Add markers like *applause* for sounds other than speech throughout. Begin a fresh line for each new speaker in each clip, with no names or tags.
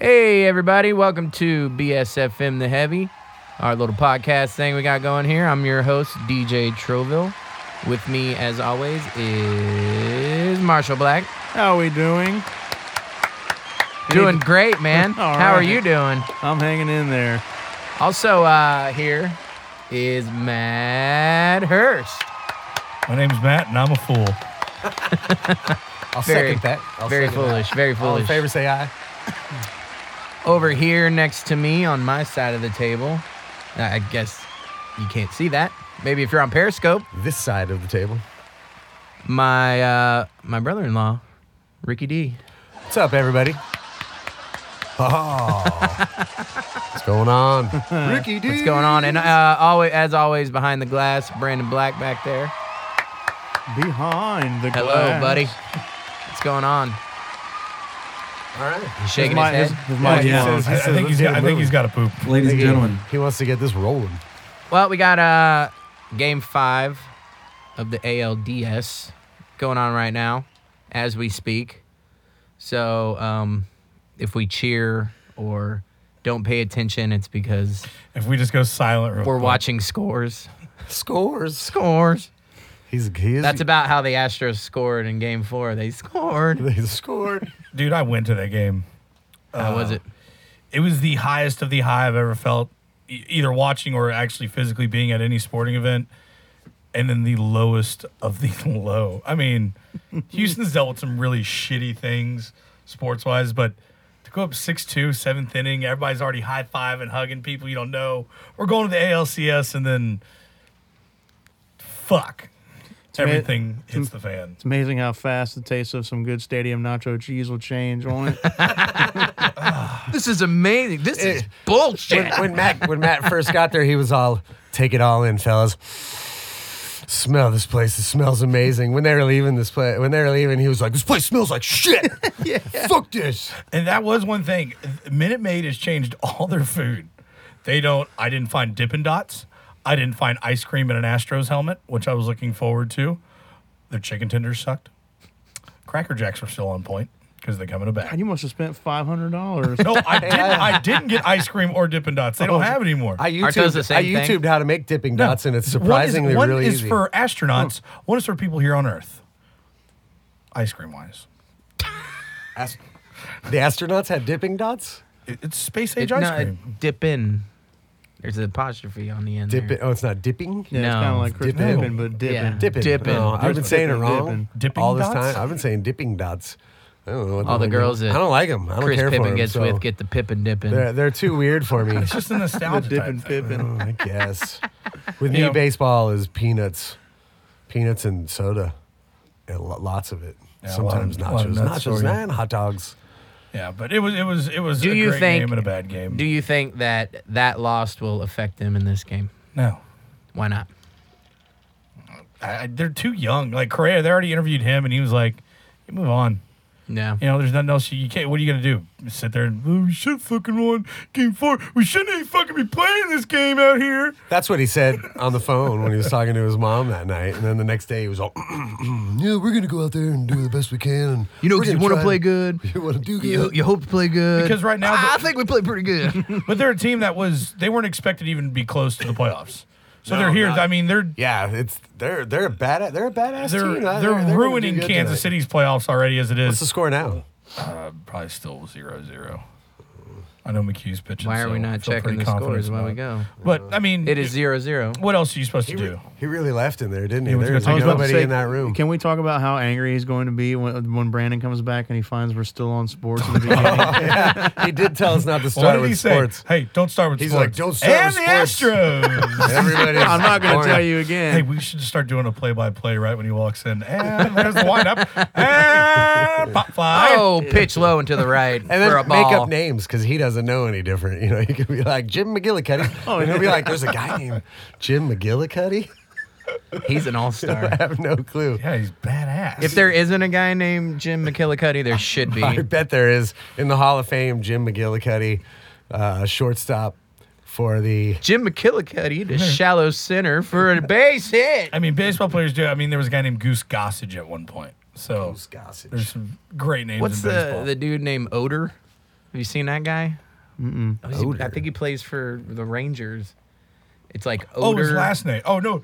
Hey, everybody, welcome to BSFM The Heavy, our little podcast thing we got going here. I'm your host, DJ Troville. With me, as always, is Marshall Black.
How we doing?
Doing great,
*laughs*
man.
All
How are
right.
you doing?
I'm hanging in there.
Also, uh, here is Matt Hurst.
My name's Matt, and I'm a fool.
I'll
Very-
second that. I'll
very
second
foolish,
that.
very
All
foolish.
in favor, say aye.
Over here next to me on my side of the table. I I guess you can't see that. Maybe if you're on Periscope,
This side of the table.
my uh, my brother-in-law, Ricky D.
What's up, everybody? *laughs* Oh, what's going on, Ricky? Dude,
What's going on? And uh, always, as always, behind the glass, Brandon Black back there.
Behind the
Hello,
glass.
buddy. What's going on?
All right.
He's shaking
my-
his
his-
head.
his mic
Yeah,
is on.
I, I think he's got, I think he's got a poop.
Ladies and gentlemen,
He wants to get this rolling.
Well, we got uh, game five of the ALDS going on right now as we speak. So um, if we cheer or don't pay attention, it's because
If we just go silent, real
we're
quick.
watching scores.
Scores.
Scores.
He's he is.
That's about how the Astros scored in game four. They
*laughs*
scored.
They scored.
Dude, I went to that game.
How was it?
It was the highest of the high I've ever felt, e- either watching or actually physically being at any sporting event. And then the lowest of the *laughs* low. I mean, Houston's dealt with some really shitty things sports wise, but to go up 6 2, seventh inning, everybody's already high five and hugging people you don't know. We're going to the ALCS, and then fuck.
ama-
Everything hits the fan.
It's amazing how fast the taste of some good stadium nacho cheese will change, won't it?
This is amazing. This is bullshit.
When, when Matt when Matt first got there, he was all, "Take it all in, fellas. Smell this place. It smells amazing." When they were leaving this place, when they were leaving, he was like, "This place smells like shit. *laughs* yeah. Fuck this."
And that was one thing. Minute Maid has changed all their food. They don't. I didn't find Dippin' Dots. I didn't find ice cream in an Astros helmet, which I was looking forward to. Their chicken tenders sucked. Cracker Jacks were still on point because they come in a bag.
God, you must have spent five hundred dollars.
No, I didn't. I didn't get ice cream or Dippin' Dots. They don't have it anymore.
Oh, I
Aren't those the
YouTubed,
same
I
thing?
YouTubed how to make dipping dots, and it's surprisingly
one is, one
really
is
easy.
for astronauts. One is for people here on Earth. Ice cream wise,
Ast- the astronauts had dipping dots.
It- it's space age ice
no,
cream.
dip in. There's an apostrophe on the end.
Dip
there.
it. Oh, it's not dipping.
Yeah, it's
No.
kind of like Chris
Dippin'.
Pippen, but dipping.
Yeah.
Dipping.
Dippin'.
No, I've been saying it
Dippin',
wrong
dippin'.
all this
Dipping dots?
time. I've been saying dipping dots. I don't know. What
All the
hell
girls
they-
that
I don't like them. I don't
Chris
care
Pippen
for them.
gets
so
with get the Pippin dipping.
they're they're too weird for me.
*laughs* It's just
*laughs*
a
The
nostalgia. type
dipping
thing.
Pippin.
Oh, I
*laughs*
guess. With me,
Yeah.
baseball is peanuts, peanuts and soda, and lo- lots of it.
Yeah, a lot
Sometimes
of- a lot of
nachos,
nuts
nachos,
for you.
and hot dogs.
Yeah, but it was it was it was
Do
a
you
great
think-
game and a bad game.
Do you think that that loss will affect them in this game?
no.
Why not?
I, I- they're too young. Like Correa, they already interviewed him, and he was like, "You move on.
No.
You know, there's nothing else. You, you can't. What are you gonna do? Sit there and "Oh, we should fucking won game four. We shouldn't even fucking be playing this game out here.
That's what he said on the phone when he was talking to his mom that night. And then the next day he was all, *clears throat* "Yeah, we're gonna go out there and do the best we can." And we're gonna
wanna
try and-
good.
*laughs* You want to do good.
hope to play good.
Because right now the-
think we play pretty good.
*laughs* But they're a team that was they weren't expected to even be close to the playoffs. So they're here. I mean, they're
yeah, it's they're they're a bad they're a badass
they're
team.
they're,
gonna do
ruining
good
Kansas
tonight.
City's playoffs already as it
What's
is.
the score now?
uh, probably still zero zero. I know McHugh's pitching.
Why are we
so I
not
feel
checking
pretty
the
confident
scores while we
about
go?
it. But I mean, *laughs*
It is zero zero.
What else are you supposed to
He,
do?
re- he really left in there, didn't he?
He went
There
to go
was
take
I was about to
nobody
say,
in that room.
Can we talk about how angry he's going to be when, when Brandon comes back and he finds we're still on sports in the beginning?
he did tell us not to
Well,
start
what did
with
he say?
sports.
Hey, don't start with
He's
sports.
like, "Don't start
and
with
the
*laughs*
Astros.
Everybody,
I'm not going to tell you
hey,
again.
we should start doing a play-by-play right when he walks in. And there's the windup.
*laughs*
And pop fly.
Oh, pitch low and to the right
And
for a
then make
ball.
up names because he doesn't know any different. You know, he could be like Jim McGillicuddy. oh, and he'll be like, "There's a guy named Jim McGillicuddy." *laughs*
He's an all
I
star.
have no clue.
Yeah, he's badass.
if there isn't a guy named Jim McKillicuddy, there should be.
I bet there is in the Hall of Fame Jim McGillicuddy, uh, shortstop for the.
Jim McKillicuddy
*laughs*
to shallow center for a base hit.
I mean, baseball players do. I mean, there was a guy named Goose Gossage at one point. So
Gossage.
there's some great names
What's
in
the
baseball.
the dude named Odor? Have you seen that guy?
Mm-mm.
Oh, he's- I
Oder.
think he plays for the Rangers. It's like Oder.
Oh, his last name. Oh no.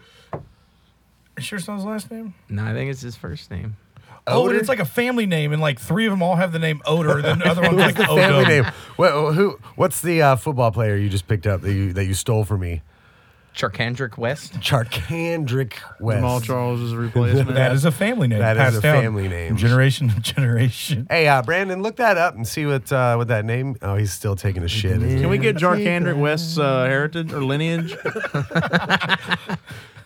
You sure it's not his last name?
No, I think it's his first name.
Oh, but
Oder?
it's like a family name, and like three of them all have the name Odor, then
*laughs*
the other one's
What's
like
the family
Odom.
name? Well, who? What's the uh, football player you just picked up that you that you stole from me?
Charkandrick West.
Charkandrick West.
Jamal Charles is a replacement.
*laughs* That is a family name.
That is
passed
a
down
family name.
from Generation to generation.
Hey, uh, Brandon, look that up and see what uh, what that name. Oh, he's still taking a shit. isn't he?
Can we get Jarkandrick West's uh, heritage or lineage?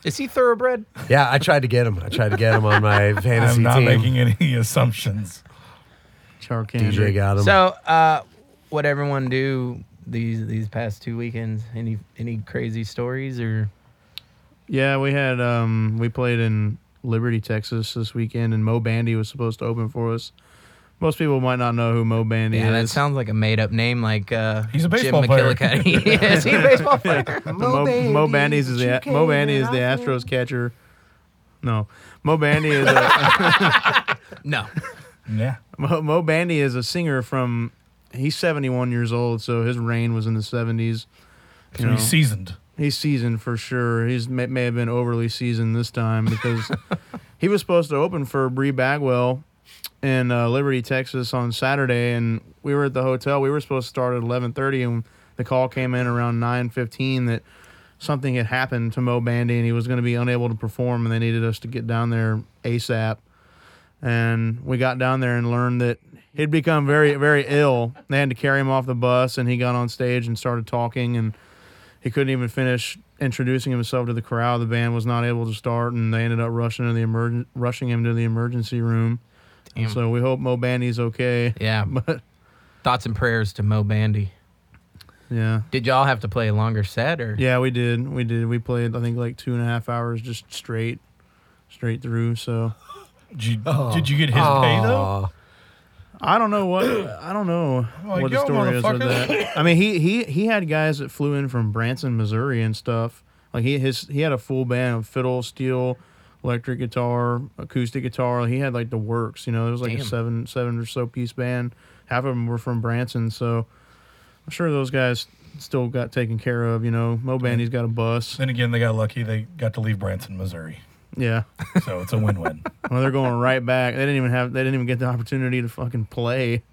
Is he
*laughs*
thoroughbred?
Yeah, I tried to get him. I tried to get him on my fantasy
I'm not
team.
making any assumptions.
DJ
Jarkandrick.
got him.
So, uh, what everyone do these these past two weekends? Any any crazy stories or?
Yeah, we had um, we played in Liberty, Texas this weekend, and Mo Bandy was supposed to open for us. Most people might not know who Mo Bandy
Yeah, that
is.
sounds like a made up name. Like uh,
He's a baseball
Jim
player.
McGillicuddy. *laughs*
*laughs*
is he a baseball player?
Mo, Mo Bandy's is the
you
Mo
came
Bandy is
and
the
I
Astros catcher. No, Mo Bandy is a
No.
Yeah.
Mo, Mo Bandy is a singer from. He's seventy one years old, so his reign was in the seventies.
So he's seasoned.
He's seasoned for sure. He's may, may have been overly seasoned this time because he was supposed to open for Bree Bagwell in uh, Liberty, Texas, on Saturday, and we were at the hotel. We were supposed to start at eleven thirty, and the call came in around nine fifteen that something had happened to Mo Bandy, and he was going to be unable to perform, and they needed us to get down there ASAP. And we got down there and learned that he'd become very, very ill. They had to carry him off the bus, and he got on stage and started talking and he couldn't even finish introducing himself to the crowd. The band was not able to start, and they ended up rushing to the emergen- rushing him to the emergency room.
Damn.
So we hope Mo Bandy's okay. *laughs*
Yeah.
But
Thoughts and prayers to Mo Bandy.
yeah,
Did y'all have to play a longer set or?
yeah, we did, we did, we played. I think like two and a half hours just straight, straight through. So
Did you, did you get his pay
Aw.
though?
I don't know what I don't know
Like,
what the
yo,
story is with
motherfucker.
that. I mean, he he he had guys that flew in from Branson, Missouri, and stuff. Like he his he had a full band of fiddle, steel, electric guitar, acoustic guitar. He had like the works. You know, it was like a
Damn.
seven seven or so piece band. Half of them were from Branson, so I'm sure those guys still got taken care of. You know, Mo Bandy's got a bus.
Then again, they got lucky. They got to leave Branson, Missouri.
Yeah,
So it's a win-win.
*laughs*
well, they're going right back. They didn't even have they didn't even get the opportunity to fucking play.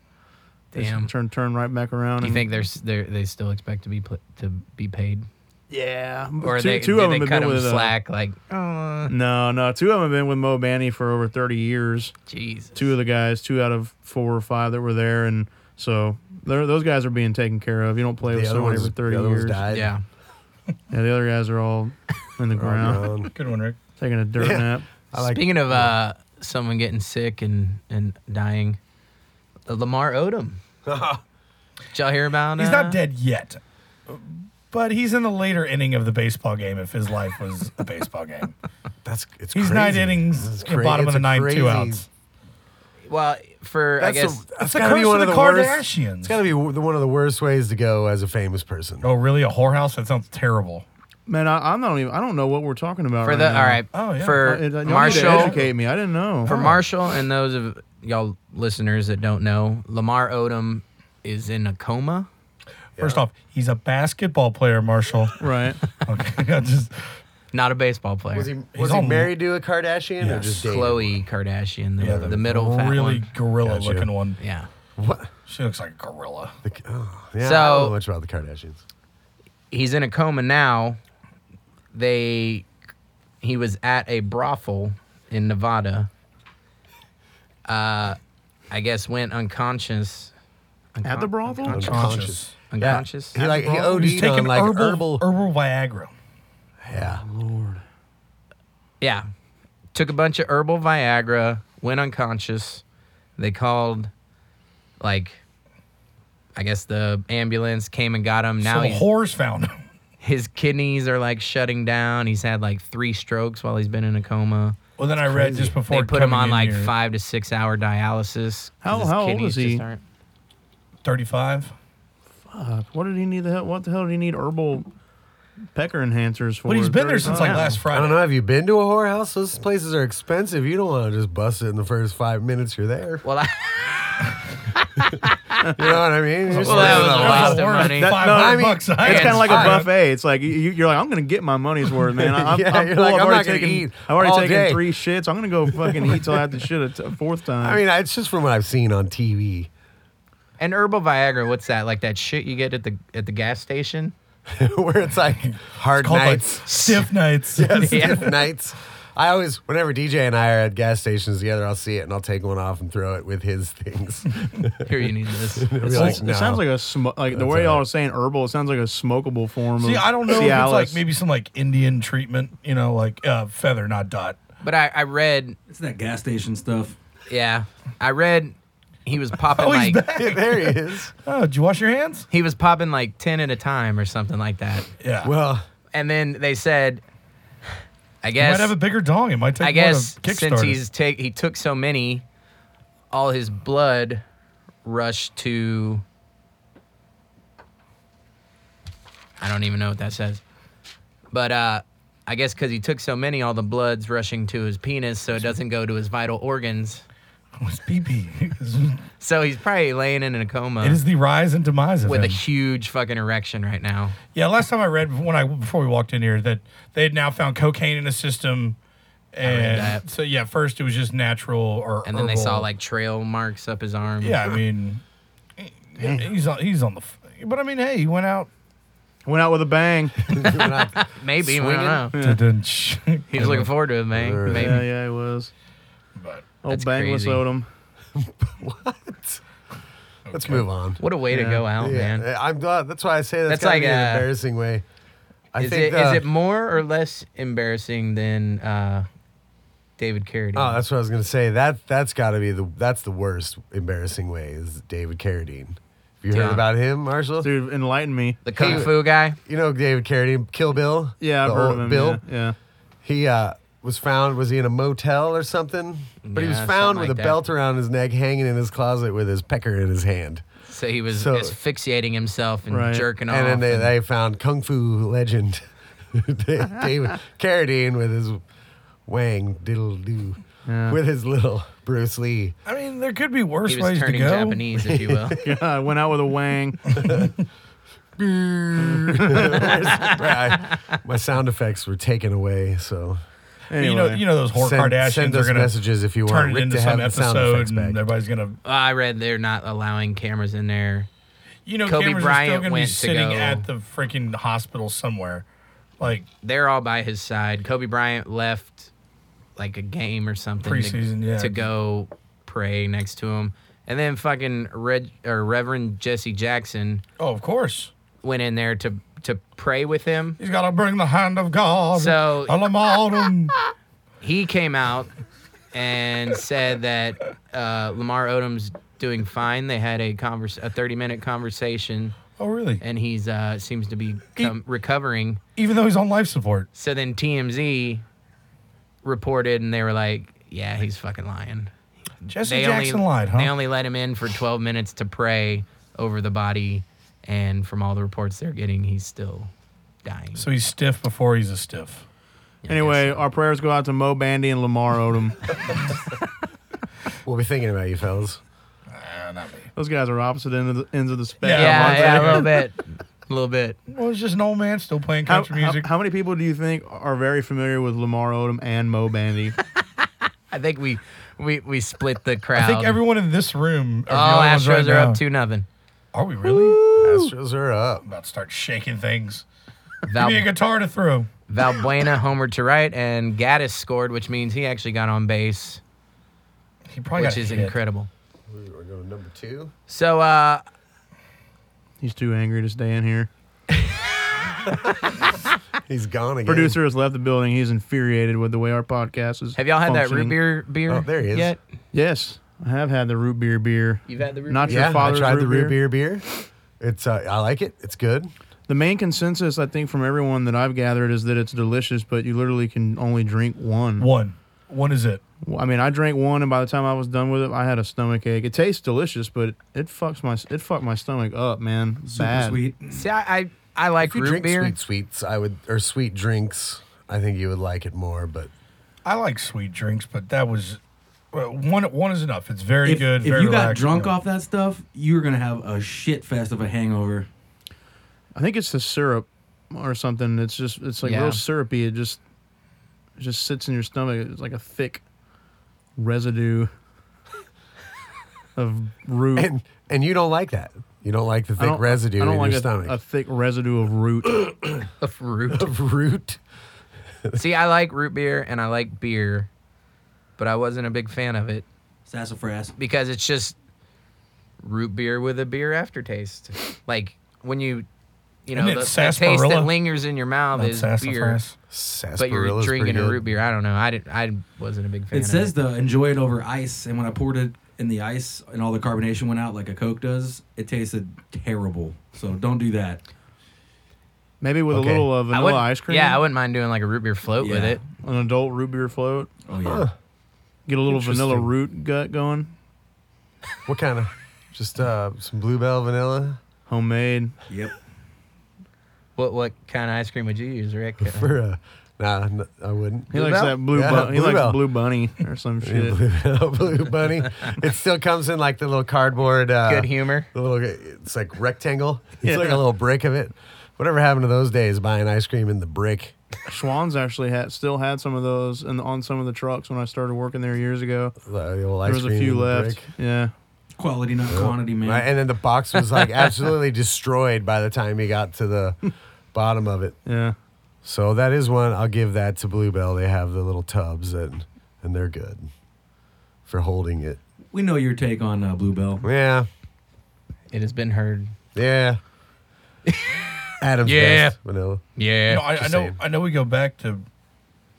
They just
Damn.
turn turn right back around.
Do you
and-
think they're, s- they're they still expect to be pl- to be paid,
Yeah,
or
two,
they,
two
did
of
they
them have
cut him
been with uh, Mm,
slack? Like, oh,
No, no, two of them have been with Mo Bandy for over thirty years.
Jesus.
Two of the guys, two out of four or five that were there, and so they're- those guys are being taken care of. You don't play
The
with
other
somebody
one's
for thirty
the other one's
years.
died. Oh,
Yeah.
Yeah, the other guys are all in the ground
Around.
Good one, Rick.
*laughs* taking a dirt nap.
I like.
Speaking of uh, someone getting sick and and dying, uh, Lamar Odom. Did y'all hear about?
He's
uh,
not dead yet, but he's in the later inning of the baseball game. If his life was a baseball game,
That's *laughs* it's
he's
crazy.
nine innings,
This is
in bottom of
it's
the
a
ninth,
crazy-
two outs.
Well, for I
That's a-
guess
that's
the
gotta be
curse
one
of
of
the
the worst-
Kardashians.
It's gotta be w- the- one of the worst ways to go as a famous person.
Oh, really? A whorehouse? That sounds terrible.
Man, I, I'm not even. I don't know what we're talking about.
for
right
the
now.
all right
Oh, yeah.
Uh,
for
it- y'all need to
Marshall
educate me. I didn't know.
For Marshall and those of y'all listeners that don't know, Lamar Odom is in a coma.
First off, he's a basketball
*laughs*
player, Marshall.
right.
okay, *laughs* I just
Not a baseball player.
Was he
He's
was he
all-
married to a Kardashian or
Yes.
just dating?
Khloe Kardashian, the,
yeah,
the, middle fat
really
one.
gorilla
Gotcha.
looking one.
Yeah.
What?
She looks like a gorilla.
The, oh, yeah,
So-
I don't know much about the Kardashians.
He's in a coma now. They he was at a brothel in Nevada. Uh I guess went unconscious.
At the brothel?
Unconscious.
Unconscious?
Yeah, he like he
Oh,
OD'd
He's
on
taking
like herbal.
herbal, herbal Viagra.
yeah.
Yeah. Took a bunch of herbal Viagra, went unconscious. They called, like, I guess the ambulance came and got him. Now
Now so
he's-
whores found him. *laughs*
his kidneys are like shutting down. He's had like three strokes while he's been in a coma.
Well, then I read just before
they put him
coming
on
in
like
here,
five to six hour dialysis. 'cause
How-
his
how old
kidneys
is he?
just aren't-
thirty-five.
Uh, what did he need the hell? What the hell did he need herbal pecker enhancers for?
But he's been there
30
since like
times?
last
I don't
Friday.
know. Have you been to a whorehouse? Those places
*laughs*
are expensive. You don't want to just bust it in the first five minutes you're there.
Well, I,
You know what I mean? You're
Well, that was a
spending a
lot
lot.
of money.
That-
Five
no, I
hundred
mean,
bucks. I
It's
had.
kind of like
Alright.
a buffet. It's like you, you're like, I'm gonna get my money's worth, man. I'm,
Yeah,
I'm,
you're
full.
like,
I've
I'm
already
not gonna
taken,
eat
I've already
all
taken
day.
three shits. I'm gonna go fucking eat till I have to shit a, t- a fourth time.
I mean, it's just from what I've seen on TV.
And herbal Viagra, what's that? Like that shit you get at the at the gas station?
*laughs* where it's like hard
called like
nights,
*laughs*
stiff nights.
Yeah.
stiff nights. I always, whenever DJ and I are at gas stations together, I'll see it and I'll take one off and throw it with his
*laughs*
things.
Here you need this.
It'll be
It's
like,
like-
no.
It sounds like a sm- like the way y'all are saying herbal. It sounds like a smokable form.
See,
of
I don't know if
Cialis.
it's like maybe some like Indian treatment, you know, like uh, feather, not dot.
But I, I read,
It's that gas station stuff.
yeah, I read he was popping
Oh, he's
like
*laughs*
back.
there he
*laughs*
is.
Oh, did you wash your hands?
he was popping like ten at a time or something like that.
Yeah. Well,
Well, *laughs*
And then they said, I
might
guess
have a bigger dong. It might take
I guess
more to
since
Kickstarter.
he's take he took so many, all his blood rushed to. I don't even know what that says, but uh, I guess because he took so many, all the blood's rushing to his penis, so it doesn't go to his vital organs.
Oh, it's PP.
So he's probably laying in a coma
it is the rise and demise of
with a
him.
huge fucking erection right now.
yeah. Last time I read when I before we walked in here that they had now found cocaine in his system. And
that.
so yeah, first it was just natural or
And then they saw
herbal.
like trail marks up his arm.
yeah, I mean he's on he's on the f- but I mean hey, he went out
went out with a bang.
when I-
maybe we
Swinging?
don't know.
to
He was looking forward to it, man. Maybe.
yeah, yeah, it was.
*laughs* but
Old
That's
bangless
crazy.
Odom.
let's move on.
What a way to
Yeah.
go out,
Yeah, uh,
man.
I'm glad. That's why I say that's,
That's
gotta
like
be an
a-
embarrassing way. I
is
think.
it is
uh,
it more or less embarrassing than uh, David Carradine?
oh, that's what I was gonna say. That that's got to be the that's the worst embarrassing way is David Carradine. Have you heard
Yeah.
about him, Marshall?
Dude, enlighten me.
the kung fu guy.
You know David Carradine, Kill Bill.
Yeah, I've
The
heard
old
of him.
Bill.
Yeah, yeah.
He uh, was found. Was he in a motel or something? But he was
Yeah,
found
something
with
like
a
that.
belt around his neck, hanging in his closet with his pecker in his hand.
So he was
So-
asphyxiating himself and
Right.
jerking
and
off.
then they,
and-
they found Kung Fu legend *laughs* David Carradine with his wang diddle do,
Yeah.
with his little Bruce Lee.
I mean there could be worse
he was
ways to go.
turning Japanese, if you will.
*laughs*
*laughs* God, went out with a wang.
I- my sound effects were taken away, so
Anyway,
You know, you know those whore
send,
Kardashians
send
are
us
gonna
messages if you want
turn it
Rick
into
to
some
have the sound effects
episode, and
back.
everybody's gonna.
I read they're not allowing cameras in there.
You know,
Kobe
cameras are
Bryant
still gonna be
went to
sitting
go-
at the freaking hospital somewhere. Like
They're all by his side. Kobe Bryant left like a game or something
Preseason,
to,
yeah.
to go pray next to him. And then fucking Red, or Reverend Jesse Jackson
Oh, of course.
went in there to to pray with him.
He's got to bring the hand of God.
So-
Alamodum.
he came out and *laughs* said that uh, Lamar Odom's doing fine. They had a converse, a 30 minute conversation,
oh, really?
and he's uh, seems to be com- recovering.
Even though he's on life support.
So then TMZ reported, and they were like, "Yeah, he's fucking lying."
Jesse
They
Jackson lied, huh?
They only let him in for 12 minutes to pray over the body, and from all the reports they're getting, he's still dying.
so he's stiff before he's a stiff.
anyway, our prayers go out to Mo Bandy and Lamar Odom.
We'll be thinking about you, fellas.
Ah, not me.
Those guys are opposite end of the, ends of the spectrum.
yeah,
Yeah,
yeah,
I'm
a little bit, a little bit.
Well, it's just an old man still playing
How,
country
how-
music.
how many people do you think are very familiar with Lamar Odom and
*laughs*
Mo Bandy?
I think we we we split the crowd.
I think everyone in this room.
Oh,
the only ones
Um, Astros
right
are
now.
up two nothing.
Are we really?
Astros are up.
About to start shaking things. *laughs* Give me a
Val-
guitar to throw.
Valbuena homered to right, and Gaddis scored, which means he actually got on base,
He probably
which
got
is
hit.
incredible.
We're going number two.
So, uh,
He's too angry to stay in here.
He's gone again.
Producer has left the building. He's infuriated with the way our podcast is.
have y'all had that root
functioning.
beer beer?
Oh, there he is.
Yet?
Yes, I have had the root beer beer.
You've had the root
Not
beer?
your
Yeah, I
father's
tried
root
the root
beer?
beer beer. It's uh, I like it. It's good.
The main consensus, I think, from everyone that I've gathered is that it's delicious, but you literally can only drink one.
One. One is it.
I mean, I drank one, and by the time I was done with it, I had a stomach ache. It tastes delicious, but it fucks my it fucked my stomach up, man.
Super
Bad.
sweet.
See, I I, I like
If you
root
drink
beer.
sweet sweets, I would or sweet drinks, I think you would like it more. But
I like sweet drinks, but that was uh, one one is enough. It's very
if,
good.
if
very
you got
relaxing.
drunk off that stuff, you were gonna have a shit fest of a hangover.
I think it's the syrup or something. It's just it's like
Yeah.
real syrupy. It just it just sits in your stomach. It's like a thick residue of root.
And and you don't like that. You don't like the
I
thick
don't-
residue
I don't
in
like
your
a,
stomach.
a thick residue of
*clears throat*
root.
Of *laughs* root.
of *laughs* root.
See, I like root beer and I like beer, but I wasn't a big fan of it
Sassafras.
because it's just root beer with a beer aftertaste. Like when you, you know,
Isn't it
the, that taste that
sarsaparilla?
lingers in your mouth
Not
is beer,
sassafras.
but you're
Sarsaparilla is pretty
drinking a
good.
root beer. I don't know. I didn't. I wasn't a big fan.
It
of
says to enjoy it over ice, and when I poured it in the ice and all the carbonation went out like a Coke does, it tasted terrible. So don't do that.
Maybe with
Okay.
a little of
I
vanilla
wouldn't-
ice cream.
Yeah, I wouldn't mind doing like a root beer float with
Yeah.
it.
an adult root beer float.
Oh yeah.
Get a little vanilla
Interesting.
root gut going.
What kind of? Just uh, some bluebell vanilla
Homemade.
Yep.
What what kind of ice cream would you use, Rick? Uh,
for a. Nah, n- I wouldn't.
He likes
Bluebell?
that blue.
Yeah,
bun- he likes
Bluebell.
blue bunny or some shit.
*laughs* Blue, blue bunny. It still comes in like the little cardboard. Uh,
Good humor.
the little. It's like rectangle. It's
Yeah.
like a little brick of it. Whatever happened to those days buying ice cream in the brick?
Schwann's actually had still had some of those and on some of the trucks when I started working there years ago.
The old
There
ice
was a
cream
few
in the
left.
brick.
Yeah.
Quality, not quantity, man.
Right, and then the box
*laughs*
was like absolutely destroyed by the time he got to the bottom of it.
Yeah.
So that is one I'll give that to Bluebell. They have the little tubs and and they're good for holding it.
We know your take on uh, Bluebell.
Yeah,
It has been heard.
*laughs*
yeah. Adam's
Yeah.
best vanilla.
Yeah.
No, I, I know.
Just saying.
I know. We go back to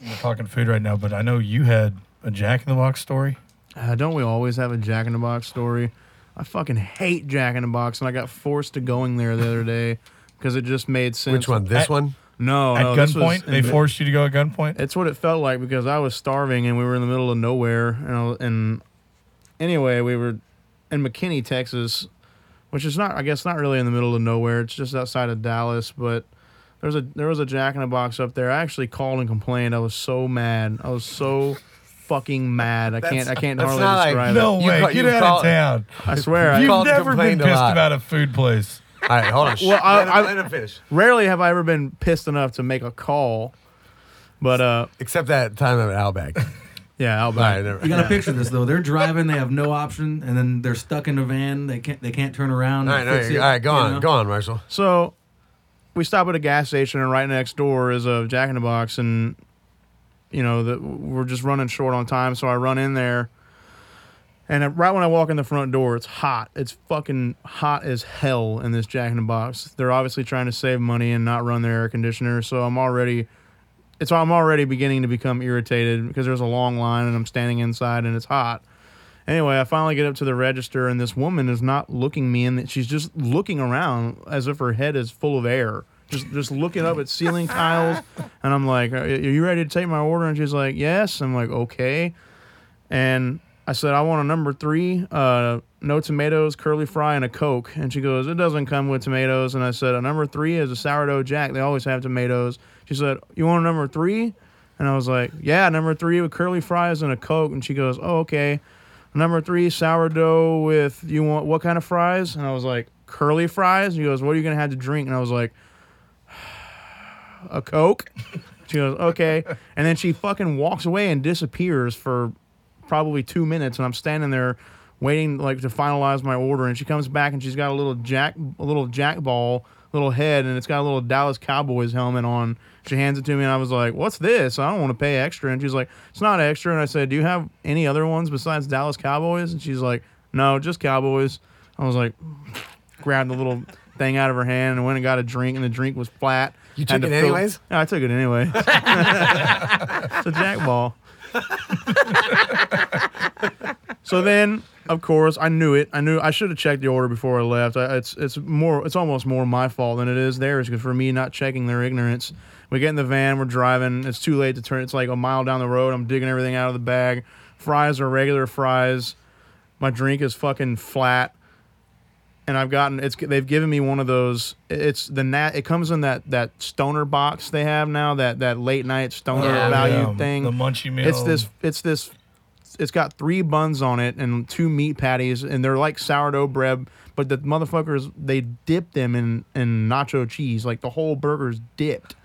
we're talking food right now, but I know you had a Jack in the Box story.
Uh, don't we always have a Jack in the Box story? I fucking hate Jack in the Box, and I got forced to going there the other day because it just made sense.
Which one? This
At-
one?
No,
at
Oh, no. this was-
gunpoint, they forced you to go at gunpoint.
It's what it felt like because I was starving and we were in the middle of nowhere. And, I, and anyway, we were in McKinney, Texas, which is not, I guess, not really in the middle of nowhere. It's just outside of Dallas. But there's a there was a Jack in the Box up there. I actually called and complained. I was so mad. I was so fucking mad. I can't I can't
that's
hardly
not like-
describe
No
You
way!
call-
Get
you
out
call-
of town.
it. I swear.
You-
I,
called
You've
and
never been
complained a
pissed
lot.
about a food place.
All right, hold on.
Well, I-
let, him,
I-
let him finish.
rarely have I ever been pissed enough to make a call. But uh,
Except that time at Outback. All
yeah, I'll
right,
buy it.
never.
You gotta picture this though. They're driving, they have no option, and then they're stuck in a van. They can't. They can't turn around.
all right,
and
all
fix
right,
it,
all right, go
you
on,
know?
go on, Marshall.
So we stop at a gas station, and right next door is a Jack in the Box, and you know that we're just running short on time. So I run in there, and I- right when I walk in the front door, it's hot. It's fucking hot as hell in this Jack in the Box. They're obviously trying to save money and not run their air conditioner. So I'm already. It's I'm already beginning to become irritated because there's a long line and I'm standing inside and it's hot. Anyway, I finally get up to the register, and this woman is not looking me in. She's just looking around as if her head is full of air. Just, just looking up at ceiling tiles, and I'm like, "Are you ready to take my order?" And she's like, "Yes." I'm like, "Okay," and I said, "I want a number three, uh, no tomatoes, curly fry, and a coke." And she goes, "It doesn't come with tomatoes." And I said, "A number three is a sourdough jack. They always have tomatoes." She said, "You want a number three? And I was like, "Yeah, number three with curly fries and a coke." And she goes, "Oh, okay." Number three, sourdough with you want what kind of fries? And I was like, curly fries. He goes, what are you gonna have to drink? And I was like, a coke. *laughs* She goes, okay. And then she fucking walks away and disappears for probably two minutes, and I'm standing there waiting like to finalize my order. And she comes back and she's got a little jack, a little jack ball, little head, and it's got a little Dallas Cowboys helmet on. She hands it to me, and I was like, "What's this? I don't want to pay extra." And she's like, "It's not extra." And I said, "Do you have any other ones besides Dallas Cowboys?" And she's like, "No, just Cowboys." I was like, grabbed the little thing out of her hand and went and got a drink, and the drink was flat.
You
Had
took
to
it
fill-
anyways?
Yeah, I took it anyway. *laughs* it's a jack ball. So then, of course, I knew it. I knew I should have checked the order before I left. I, it's it's more it's almost more my fault than it is theirs because for me not checking their ignorance. We get in the van, we're driving. It's too late to turn. It's like a mile down the road. I'm digging everything out of the bag. Fries are regular fries. My drink is fucking flat and I've gotten it's they've given me one of those it's the nat it comes in that that stoner box they have now that that late night stoner
Yeah,
value
Yeah,
thing
The Um, munchie meal.
it's this it's this it's got three buns on it and two meat patties, and they're like sourdough bread. But the motherfuckers they dip them in in nacho cheese. Like the whole burger's dipped.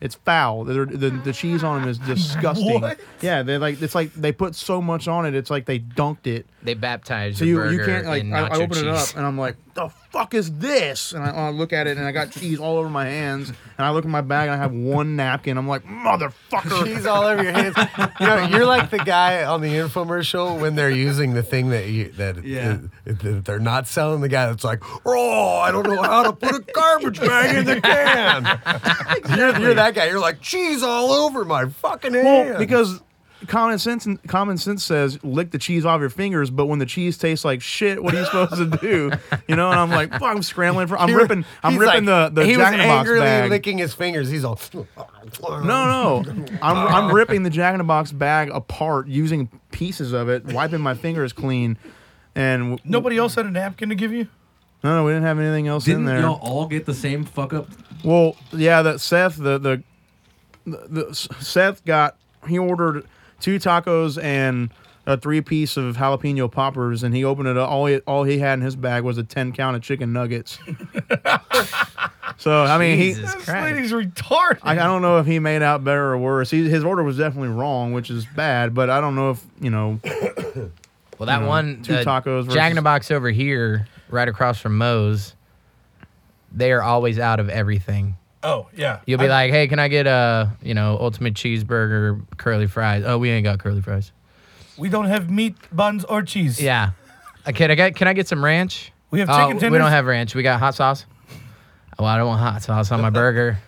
It's foul. They're- the, the cheese on them is disgusting.
What?
Yeah, they like it's like they put so much on it. It's like they dunked it.
They baptized
So
your burger
you, you can't like
in
I, I
nacho
open it
cheese.
up and I'm like the fuck is this? And I, I look at it and I got cheese all over my hands and I look at my bag and I have one napkin. I'm like
*laughs*
motherfucker.
Cheese all over your hands. You know, *laughs* you're like the guy on the infomercial when they're using the thing that you that
Yeah.
that- that they're not selling. The guy that's like, oh, I don't know how to put a garbage bag in the can. you're, you're that guy. You're like cheese all over my fucking hand.
Well, because common sense common sense says lick the cheese off your fingers, but when the cheese tastes like shit, what are you supposed to do? You know, and I'm like, fuck, I'm scrambling for, I'm
He- *laughs*
ripping, I'm
he's
ripping
like-
the the
he
Jack in
was
the Box
angrily
bag.
licking his fingers. He's all. *laughs*
no, no, I'm I'm ripping the Jack in the Box bag apart using pieces of it, wiping my fingers clean, and no,
Nobody else had a napkin to give you?
no, we didn't have anything else in
Didn't
there.
y'all all get the same fuck up?
Well, yeah, that Seth, the the, the S- Seth got he ordered two tacos and a three piece of jalapeno poppers, and he opened it up. All he, all he had in his bag was a ten count of chicken nuggets. so I mean, he.
Jesus
This
Christ.
lady's retarded.
I, I don't know if he made out better or worse. He, his order was definitely wrong, which is bad. But I don't know if you know.
Well, that one
two
uh,
tacos
Jack in the
versus-
Box over here, right across from Moe's. They are always out of everything.
oh, yeah.
You'll be like, "Hey, can I get a you know ultimate cheeseburger, curly fries?" Oh, we ain't got curly fries.
We don't have meat, buns, or cheese.
Yeah. Uh, Can I get can I get some ranch?
We have
Oh,
chicken tenders.
We don't have ranch. We got hot sauce. Well, I don't want hot sauce
*laughs*
on my burger.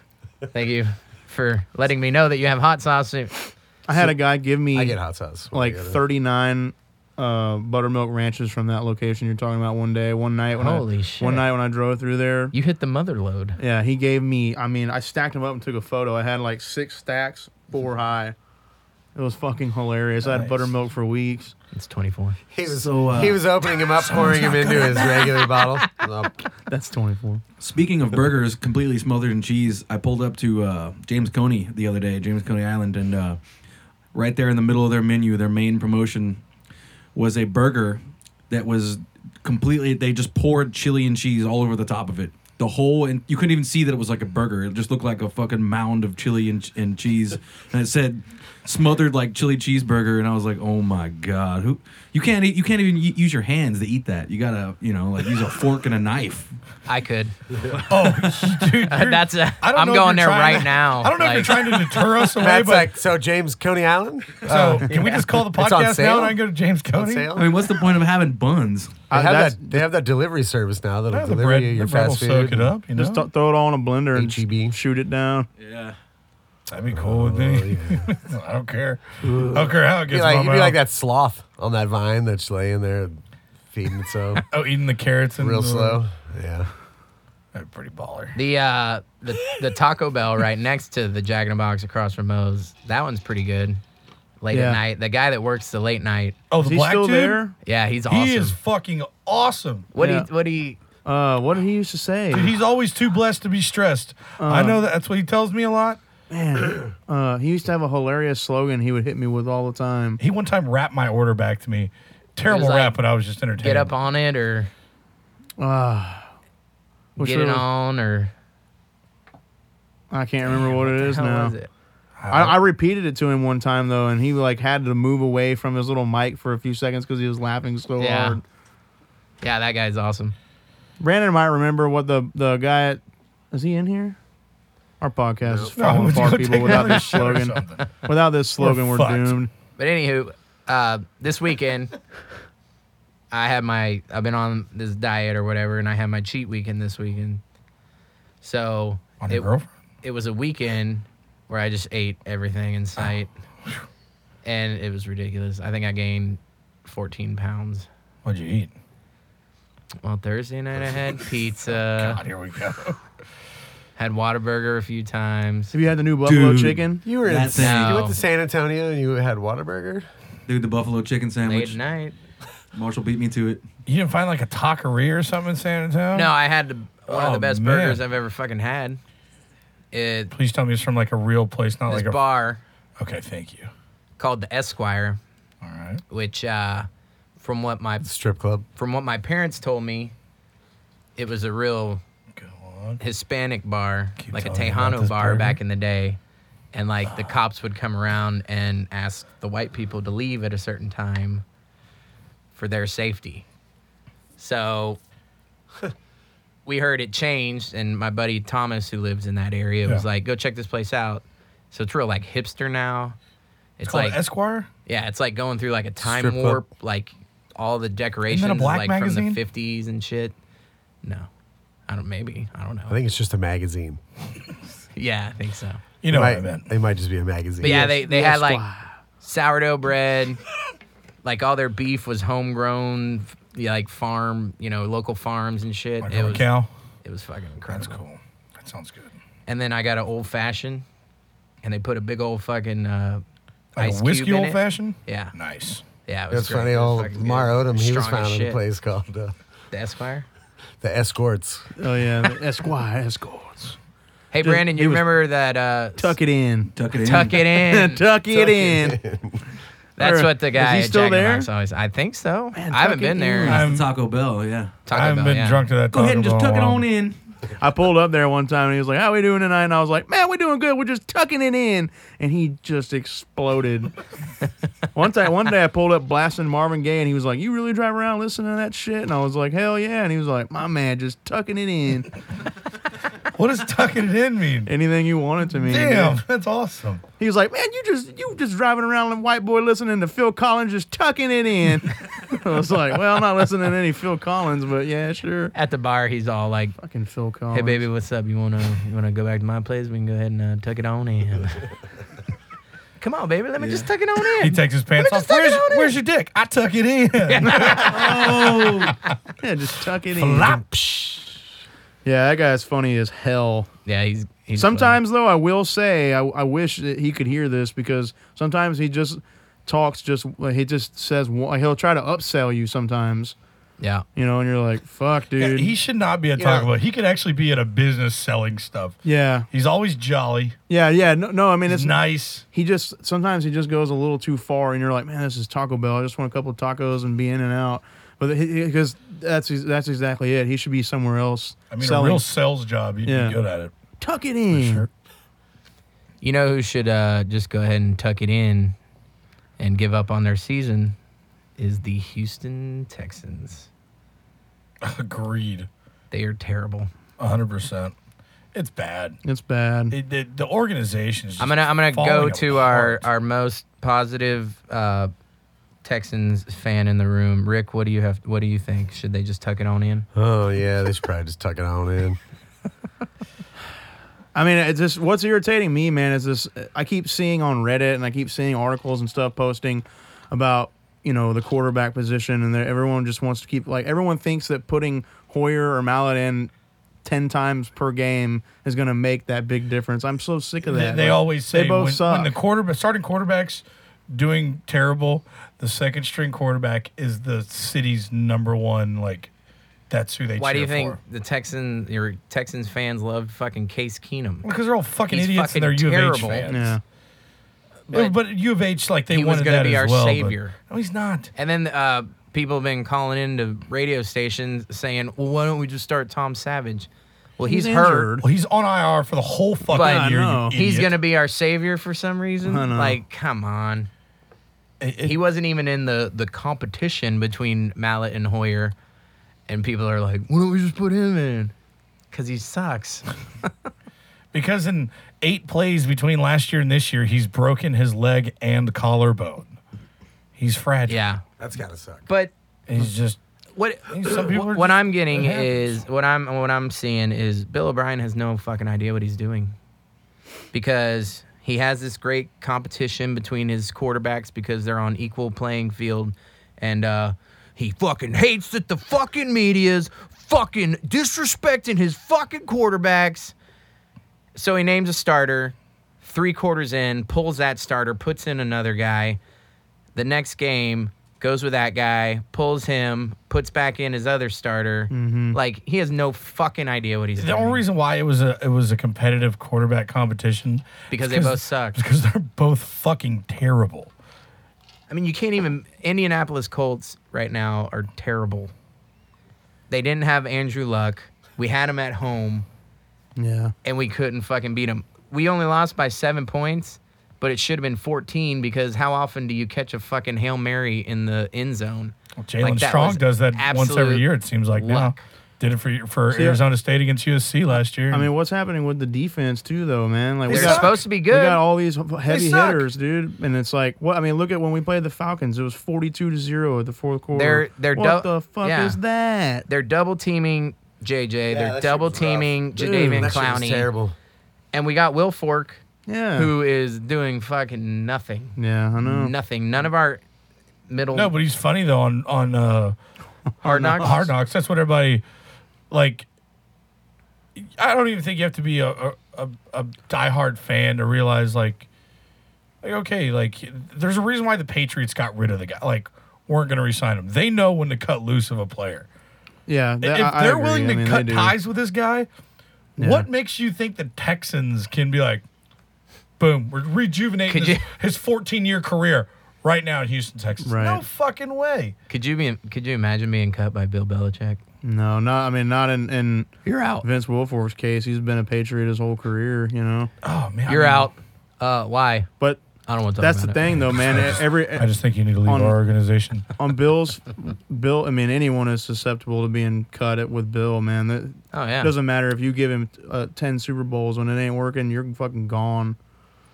Thank you for letting me know that you have hot sauce.
I had a guy give me
I get hot sauce.
like 39 uh, buttermilk ranches from that location you're talking about one day one night when I,
Holy shit.
one night when I drove through there
You hit the mother load.
yeah he gave me I mean I stacked them up and took a photo I had like six stacks
*laughs*
four high it was fucking hilarious I had
Nice.
buttermilk for weeks
It's 24.
He was
So, uh,
he was opening him up, pouring him into his regular bottle.
*laughs*
Oh,
that's 24
Speaking of burgers, completely smothered in cheese, I pulled up to uh, James Coney the other day, James Coney Island, and uh, right there in the middle of their menu, their main promotion was a burger that was completely. They just poured chili and cheese all over the top of it. The whole and you couldn't even see that it was like a burger. It just looked like a fucking mound of chili and, and cheese, and it said smothered like chili cheeseburger. And I was like, oh my god, who? You can't eat, you can't even u- use your hands to eat that. You gotta you know like use a fork and a knife.
I could.
Oh, *laughs* dude. you're-
That's a,
I don't
I'm
know if
going there
you're trying
right
to-
now.
I don't know if you're trying to deter *laughs* us away,
That's
but
like so. James Coney Island.
so can we just call the
It's on
podcast now
sale?
and I can go to James
on
Cody?
sale.
I mean, what's the point of having buns?
They
I-
have
that's-
that. They have that delivery service now that'll
Uh, Yeah, the
deliver
bread,
you your
the bread
fast
will soak
food.
it up. You know?
just th- throw it all in a blender and
E
H-E-B.
sh- shoot it down
Yeah.
That'd be cool with me. *laughs* I don't care. I don't care how it
You'd
gets
be like,
in
you'd
my
be like
mouth.
that sloth on that vine that's laying there, feeding
*laughs*
itself
Oh, eating the carrots and
real
the-
slow. Yeah.
That'd be pretty baller.
The uh the, the Taco
*laughs*
Bell right next to the Jack in the Box across from Moe's. That one's pretty good. Late
Yeah.
at night. The guy that works the late night.
Oh, the
is he
black
still
dude.
there
Yeah, he's awesome.
He is fucking awesome.
What
Yeah.
do you, what do you,
uh what did he used to say
Dude, he's always too blessed to be stressed.
Uh.
I know that. That's what he tells me a lot.
man uh he used to have a hilarious slogan he would hit me with all the time
He one time rapped my order back to me. Terrible
like,
rap, but I was just entertained.
get up on it or
Which
get it
was-
on or
I can't remember what it
the
is
hell
now
was it?
*laughs*
I,
Uh-huh.
I repeated it to him one time though, and he like had to move away from his little mic for a few seconds because he was laughing so
Yeah.
hard.
Yeah, that guy's awesome.
Brandon might remember what the the guy at, is he in here? Our podcast is falling
would you go
apart,
take
people. Without
another
this
shot *laughs* or
slogan,
something?
without this slogan, we're,
fucked.
doomed.
But anywho, uh, this weekend
*laughs*
I had my I've been on this diet or whatever, and I had my cheat weekend this weekend. So
On your
it,
girlfriend?
it was a weekend where I just ate everything in sight, and it was ridiculous. I think I gained 14 pounds.
What'd you eat?
Well, Thursday night I *laughs* had pizza,
God, Oh, here we go.
had Whataburger a few times.
Have you had the new buffalo
Dude.
chicken?
You were in.
That's-
You
No.
went to San Antonio and you had Whataburger.
Dude, the buffalo chicken
Late
sandwich.
night.
Marshall beat me to it.
You didn't find like a taqueria or something in San Antonio?
No, I had the, one of
Oh,
the best
man.
burgers I've ever fucking had. It
Please tell me it's from like a real place, not
this
like a.
bar
Okay, thank you.
called the Esquire.
All right.
which uh, from what my
Strip club.
from what my parents told me, it was a real
Go on.
Hispanic bar,
Keep
like a
telling me about
Tejano
this Ah.
bar
burger.
back in the day. And like the cops would come around and ask the white people to leave at a certain time for their safety. So *laughs* we heard it changed, and my buddy Thomas, who lives in that area, was
Yeah.
like, "Go check this place out." So it's real like hipster now. It's
Called
like
Esquire.
yeah, it's like going through like a time
Strip club.
warp, like all the decorations is,
black
like from
magazine?
the fifties and shit. No, I don't. Maybe I don't know.
I think it's just a magazine.
yeah, I think so.
You know what Oh, I
might,
meant.
It might just be a magazine.
But yeah, they they had like sourdough bread, *laughs* like all their beef was homegrown, f- yeah, like farm, you know, local farms and shit.
Like
it
a
was
cow.
it was fucking incredible.
That's cool. That sounds good.
And then I got an old fashioned, and they put a big old fucking uh,
Like
ice
a whiskey
cube in
old
it.
fashioned.
Yeah,
Nice.
yeah, it was
That's
great.
funny.
It was
Old
fucking good.
Mar Odom, he was
Strong as
found in a
shit.
place called uh,
The Esquire.
the Escorts.
Oh yeah, the Esquire Escorts.
Hey
Just-
Brandon,
he
you
was-
remember that uh,
Tuck it in.
Tuck it in.
Tuck it in.
*laughs* Tuck it in.
That's
Or-
what the
is
guy
he
at
still
Jack in the
there?
Box always. I think so.
Man,
I haven't
tuck
been
it
there.
in.
I'm-
It's Taco Bell, yeah.
Taco
I haven't
Bell,
been
yeah.
drunk to that.
Go ahead and
Taco
just
Bell
tuck it
a while.
on in.
I pulled up there one time and he was like, "How we doing tonight?" And I was like, "Man, we're doing good. We're just tucking it in." And he just exploded. *laughs* one time, one day I pulled up blasting Marvin Gaye and he was like, "You really drive around listening to that shit?" And I was like, "Hell yeah!" And he was like, "My man, just tucking it in.
What does tucking it
*laughs*
in mean?
Anything you wanted to me."
Damn, that's awesome.
He was like, "Man, you just you just driving around like a white boy listening to Phil Collins, just tucking it in." *laughs* I was like, "Well, I'm not listening to any Phil Collins, but yeah, sure."
At the bar, he's all like,
Fucking Phil Collins.
"Hey baby, what's up? You wanna you wanna go back to my place? We can go ahead and uh, tuck it on
*laughs*
in. Come on, baby, let me just tuck it on
He
in.
takes his
Let
pants
me just
off.
tuck it
Where's,
on in.
where's your dick? I tuck
*laughs*
it in. *laughs*
Oh,
Yeah, just tuck it in.
Flop.
Yeah, that guy's funny as hell.
yeah, he's, he's uh,
Sometimes though, I will say I, I wish that he could hear this because sometimes he just talks just like, he just says one- like, he'll try to upsell you sometimes,
funny. yeah.
you know, and you're like, "Fuck,
Yeah,
dude." Yeah,
he should not be at Taco Bell. He could actually be at a business selling stuff.
yeah,
He's always jolly.
yeah, No, no, I mean it's
It's nice.
he just sometimes he just goes a little too far, and you're like, man, this is Taco Bell. I just want a couple of tacos and be in and out. But because that's that's exactly it. He should be somewhere else.
I mean,
selling.
a real sales job, you'd
Yeah.
be good at it. *laughs*
tuck it in.
You know who should uh, just go ahead and tuck it in and give up on their season is the Houston Texans.
Agreed.
They are terrible.
100%. It's bad.
It's bad.
It, the, the organization is
I'm gonna I'm gonna go
falling
to our
apart.
our most positive uh, Texans fan in the room, Rick. What do you have? What do you think? Should they just tuck it on in?
Oh yeah, they should probably just tuck it on in.
I mean, it's just what's irritating me, man, is this. I keep seeing on Reddit and I keep seeing articles and stuff posting about you know the quarterback position, and that everyone just wants to keep like everyone thinks that putting Hoyer or Mallet in ten times per game is going to make that big difference. I'm so sick of
They,
that.
they
Like,
always say
they both
when,
suck.
when the quarterback, starting quarterback's doing terrible, the second string quarterback is the city's number one. Like, that's who they
Why do
cheer
you think
for.
the Texan your Texans fans love fucking Case Keenum?
Because they're all fucking
He's
idiots
fucking
and they're U of H
terrible.
fans.
yeah,
But-
But, but U of H, like they
He was
wanted
gonna
that
be
as
our
well, but-
savior.
no, he's not.
And then uh, people have been calling into radio stations saying, "Well, why don't we just start Tom Savage?" Well, he's,
He's
hurt.
injured.
Well, he's on IR for the whole fucking
But- I
year. you
know.
He's
idiot.
gonna be our savior for some reason.
I know.
Like, come on.
It- it-
he wasn't even in the the competition between Mallet and Hoyer, and people are like, "Why don't we just put him in?" Because he sucks.
because in eight plays between last year and this year, he's broken his leg and collarbone. He's fragile.
yeah,
*laughs* That's gotta suck.
but
He's just
what
Some people are
what
just-
I'm getting
it happens.
is what I'm what I'm seeing is Bill O'Brien has no fucking idea what he's doing because he has this great competition between his quarterbacks because they're on equal playing field and uh he fucking hates that the fucking media's fucking disrespecting his fucking quarterbacks. So he names a starter, three quarters in, pulls that starter, puts in another guy. The next game goes with that guy, pulls him, puts back in his other starter. Like he has no fucking idea what he's
Mm-hmm. the
doing.
only reason why it was a it was a competitive quarterback competition
Because
is
they both suck.
Because they're both fucking terrible.
I mean, you can't even. Indianapolis Colts right now are terrible. They didn't have Andrew Luck. We had him at home,
Yeah.
and we couldn't fucking beat him. We only lost by seven points, but it should have been 14 because how often do you catch a fucking Hail Mary in the end zone?
Jalen
Like, that
Strong
was
does that once every
absolute
year. It seems like
luck.
now. Did it for for
yeah.
Arizona State against USC last year.
I mean, what's happening with the defense too, though, man? Like we
They're
got,
supposed to be
we
good.
got all these heavy
suck.
hitters, dude, and it's like, what? I mean, look at when we played the Falcons; it was forty-two to zero at the fourth quarter.
They're- they're
what
dou-
the fuck
yeah.
is that?
They're double teaming JJ.
that
They're
shit
double
was rough.
teaming
Dude,
Jadavian
that shit was
Clowney.
Terrible.
And we got Will Fork,
Yeah,
who is doing fucking nothing.
yeah, I know.
Nothing. None of our middle
no, but he's funny though on on uh,
hard knocks.
Hard Knocks. That's what everybody like. I don't even think you have to be a a, a, a diehard fan to realize like, like okay, like there's a reason why the Patriots got rid of the guy. Like weren't going to resign him. They know when to cut loose of a player.
Yeah, that-
if
I- I
they're
agree.
willing
I
to
mean,
cut
they do.
ties with this guy, what makes you think the Texans can be like, boom, we're rejuvenating
Could
his,
you-
his 14 year career right now in Houston, Texas? No
Right.
fucking way.
Could you be? Could you imagine being cut by Bill Belichick?
No, not. I mean, not in in
You're out.
Vince Wilfork's case. He's been a Patriot his whole career, you know.
Oh man, I
You're
mean,
out. Uh, why?
But
I don't want to. Talk
that's the
about it.
thing, though, man. E-, Every
I just think you need to leave
On- *laughs*
our organization.
on Bill's Bill. I mean, anyone is susceptible to being cut at with Bill, man. That
Oh yeah.
doesn't matter if you give him uh, ten Super Bowls when it ain't working. You're fucking gone.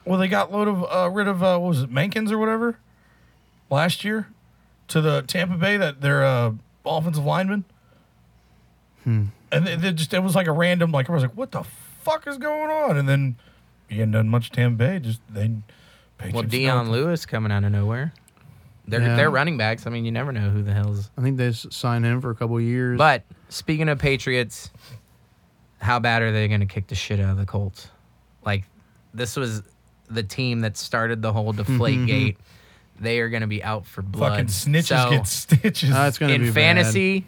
Well, they got load of uh, rid of uh, what was it, Mankins or whatever, last year, to the Tampa Bay that their uh, offensive lineman.
Hmm.
And they, they just it was like a random like I was like, what the fuck is going on? And then you hadn't done much Tampa Bay. Just they.
well,
Patriots-
Dion Lewis coming out of nowhere. They're
Yeah.
they're running backs. I mean, you never know who the hell's.
I think they s- signed him for a couple years.
But speaking of Patriots, how bad are they going to kick the shit out of the Colts? Like, this was the team that started the whole deflate gate. They are going to be out for blood.
Mm-hmm, fucking snitches
So,
get stitches.
Ah, it's gonna be
in
bad.
fantasy,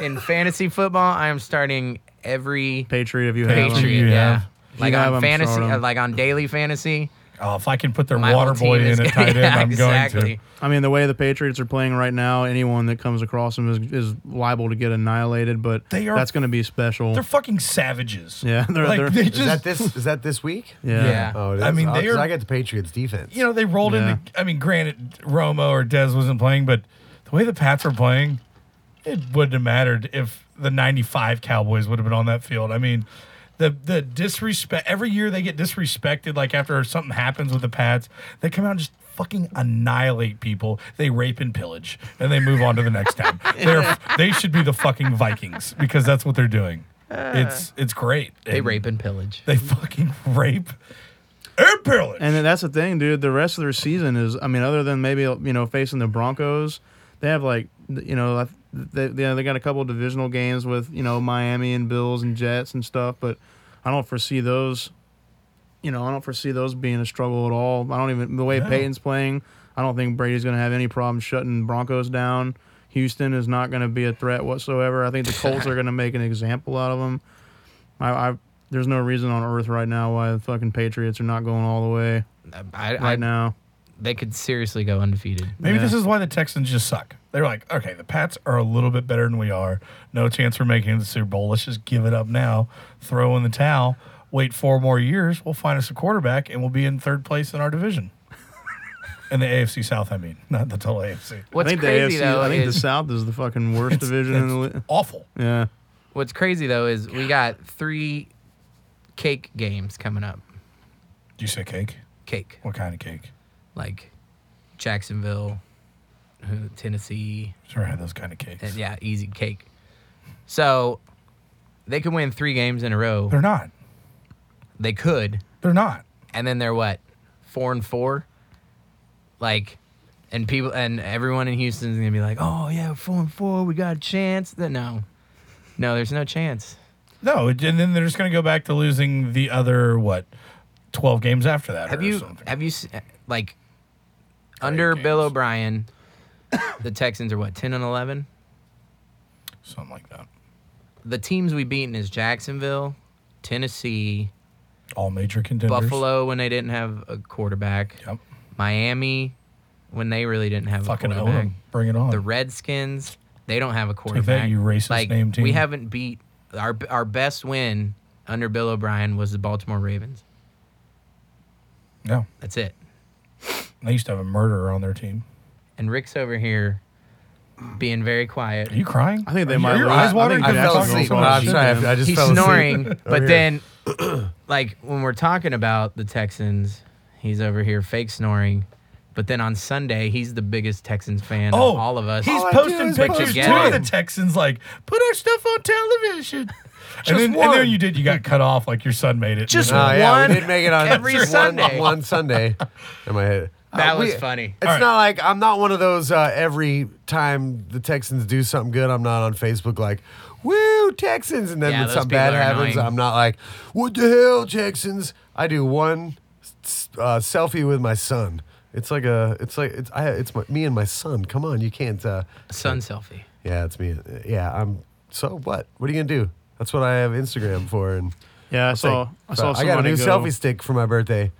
in fantasy football, I am starting every
Patriot, if you have him.
Patriot.
you
Yeah,
have.
If
like
you have
on
'em,
fantasy,
start 'em.
uh, like on daily fantasy.
oh, if I can put their
My
water
whole
boy
team
in
is
at
*laughs*
tight end,
yeah,
I'm
exactly.
going to.
I mean, the way the Patriots are playing right now, anyone that comes across them is, is liable to get annihilated. But
They are-
that's going to be special.
They're fucking savages.
yeah, they're,
like
they're-
they
Is that
just
this? Is that this week?
yeah.
Yeah.
Oh, it is.
I mean,
Oh,
they
'cause
are-
I got the Patriots defense.
you know, they rolled
Yeah.
into. I mean, granted, Romo or Dez wasn't playing, but the way the Pats were playing, it wouldn't have mattered if the '95 Cowboys would have been on that field. I mean, the the disrespect every year they get disrespected. Like after something happens with the Pats, they come out and just fucking annihilate people. They rape and pillage, and they move on to the
*laughs*
next town. They're they should be the fucking Vikings because that's what they're doing. It's it's great.
They
And
rape and pillage.
They fucking rape and pillage.
And then that's the thing, dude. The rest of their season is, I mean, other than maybe you know facing the Broncos, they have like you know they they, they got a couple of divisional games with you know Miami and Bills and Jets and stuff, but I don't foresee those. You know, I don't foresee those being a struggle at all. I don't even the way
No.
Peyton's playing. I don't think Brady's going to have any problem shutting Broncos down. Houston is not going to be a threat whatsoever. I think the
*laughs*
Colts are going to make an example out of them. I, I there's no reason on earth right now why the fucking Patriots are not going all the way
I, I,
right now.
They could seriously go undefeated.
Maybe
Yeah.
this is why the Texans just suck. They're like, okay, the Pats are a little bit better than we are. No chance for making it to the Super Bowl. Let's just give it up now. Throw in the towel. Wait four more years. We'll find us a quarterback, and we'll be in third place in
*laughs*
our division. in the AFC South, I mean, not the total AFC.
What's
I think
crazy
the AFC,
though
I think
is
the South is the
*laughs*
fucking worst division in the league.
Awful.
Yeah.
what's crazy though is we got three cake games coming up.
Do you say cake?
Cake
What kind of cake?
like Jacksonville, uh, Tennessee,
Sure, I had those kind of cakes.
and Uh, yeah, easy cake. So they could win three games in a row.
They're not.
They could,
They're not.
and then they're what four and four, like. And people and everyone in Houston's gonna be like, "Oh yeah, four and four, we got a chance." Then no, no, there's no chance.
No, and then they're just going to go back to losing the other what, twelve games after that.
Have
or
you
Something.
have you s- eh, like under Bill
games.
O'Brien, *coughs* the Texans are what ten and eleven.
something like that.
The teams we beaten is Jacksonville, Tennessee,
All major contenders.
Buffalo when they didn't have a quarterback,
Yep.
Miami, when they really didn't have
Fucking
a
own
quarterback.
them. Bring it on.
The Redskins, they don't have a quarterback.
you racist
like,
name team.
We haven't beat our our best win under Bill O'Brien was the Baltimore Ravens.
yeah.
That's it.
They used to have a murderer on their team.
And Rick's over here being very quiet.
Are you crying?
I think they
Are
might
Your
lose.
eyes
I
watering.
think they
I
because
fell
you're
might
asleep.
talking
lose.
No,
about
I'm
shit?
sorry. I, I just
He's
fell asleep. *laughs* Oh,
snoring, but
here.
then *clears throat* like when we're talking about the Texans, he's over here fake snoring. But then on Sunday, he's the biggest Texans fan
Oh,
of all of us.
He's
I do
posting
is
post
pictures too
it.
of the Texans, like put our stuff on *laughs* television. and,
Just
then, and
one.
then you did. You got cut off. Like your son made it.
Just-
Oh, yeah,
One
we did make it on
every
one,
Sunday.
One
*laughs*
Sunday, in my head.
That
Uh,
was
we-
funny.
It's
All
not like I'm not one of those uh, every time the Texans do something good, I'm not on Facebook like, "Woo Texans!" And then
Yeah,
when
those
something
people
bad
are
happens,
annoying.
I'm not like, "What the hell, Texans?" I do one s- uh, selfie with my son. It's like a, it's like it's I, it's my, me and my son. Come on, you can't. Uh,
Sun selfie.
yeah, it's me. Yeah, I'm. So what? What are you gonna do? That's what I have Instagram for. And
Yeah, I saw.
like,
I saw.
I got a
somebody
new
go-
selfie stick for my birthday.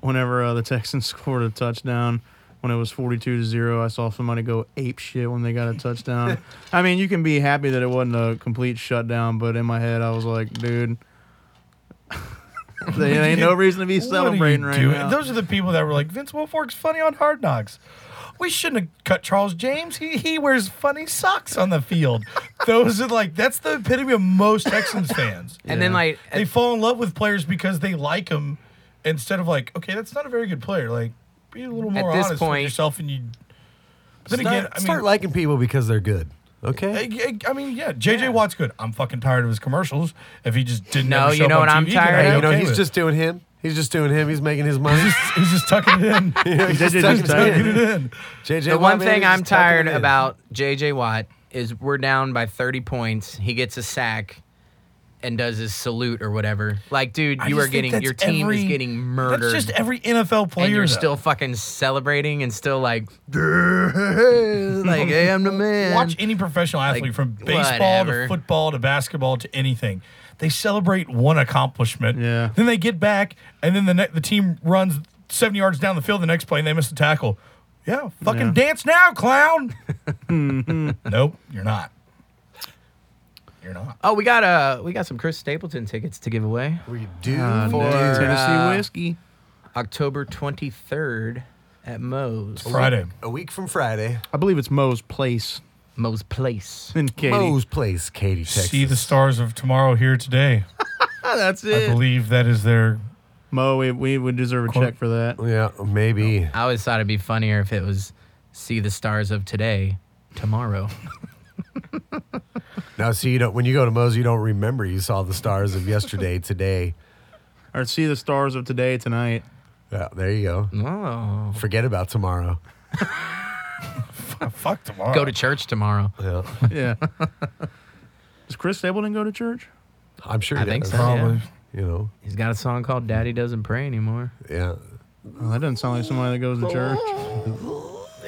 whenever uh, the *laughs* Texans scored a touchdown when it was 42 to 0 i saw somebody go ape shit when they got a
*laughs*
touchdown i mean you can be happy that it wasn't a complete shutdown but in my head i was like dude *laughs* there ain't no reason to be
What are you
celebrating right
doing?
now
Those are the people that were like Vince Wilfork's funny on Hard Knocks. We shouldn't have cut Charles James. He he wears funny socks on the *laughs* field. Those are like that's the epitome of most Texans fans.
And then like
they fall in love with players because they like them instead of like, okay, that's not a very good player. Like, be a little more
At this
honest with
point-
yourself, and you. But then
start,
again, I
start
mean,
liking people because they're good. Okay.
I, I- I mean, yeah, JJ Watt's good. I'm fucking tired of his commercials. If he just didn't,
No,
ever show
you
up
know
on
what I'm
TV, then I'd
tired
be
of?
Hey, you know,
okay
he's
with it.
just doing him. He's just doing him. He's making his money. *laughs*
he's just tucking it
*laughs*
in.
He's just
JJ 's
tucking
tired.
it
*laughs*
in.
in.
JJ,
the
Watt,
one
man,
thing
he's
I'm
just tucking
tired
it in.
about JJ Watt is we're down by 30 points. He gets a sack and does his salute or whatever. Like, dude,
I
you
just
are
think
getting
that's
your team is
every-
getting murdered.
That's just every NFL player.
and you're
though.
still fucking celebrating and still like,
*laughs*
like, hey, I'm the man.
watch any professional athlete
Like,
from baseball
whatever.
to football to basketball to anything. They celebrate one accomplishment.
Yeah.
Then they get back, and then the ne- the team runs seventy yards down the field the next play, and they miss the tackle. Yeah, fucking
Yeah.
dance now, clown.
*laughs*
*laughs* nope, you're not. You're not.
Oh, we got uh, we got some Chris Stapleton tickets to give away.
We do.
Uh,
For,
tennessee
uh,
whiskey
October 23rd at Moe's.
Friday.
a week from Friday.
i believe it's moe's place
Moe's Place.
in katie
Moe's Place, Katy, Texas.
See the stars of tomorrow here today.
*laughs* that's
I believe that is their
mo we, we would deserve a
Quote.
check for that
yeah, maybe.
I always thought it'd be funnier if it was see the stars of today,
*laughs*
tomorrow.
Now, see, you don't, when you go to Moe's, you don't remember you saw the stars of yesterday, today.
or see the stars of today
*laughs*
tonight
Yeah, there you go.
Oh.
Forget about tomorrow.
ah, fuck tomorrow.
Go to church tomorrow.
Yeah,
yeah does chris stapleton go to church
*laughs* I'm sure.
I
it
think
is.
so. Probably.
You know.
He's got a song called Daddy Doesn't Pray Anymore.
Yeah.
Well, Oh, that doesn't sound like somebody that goes to church.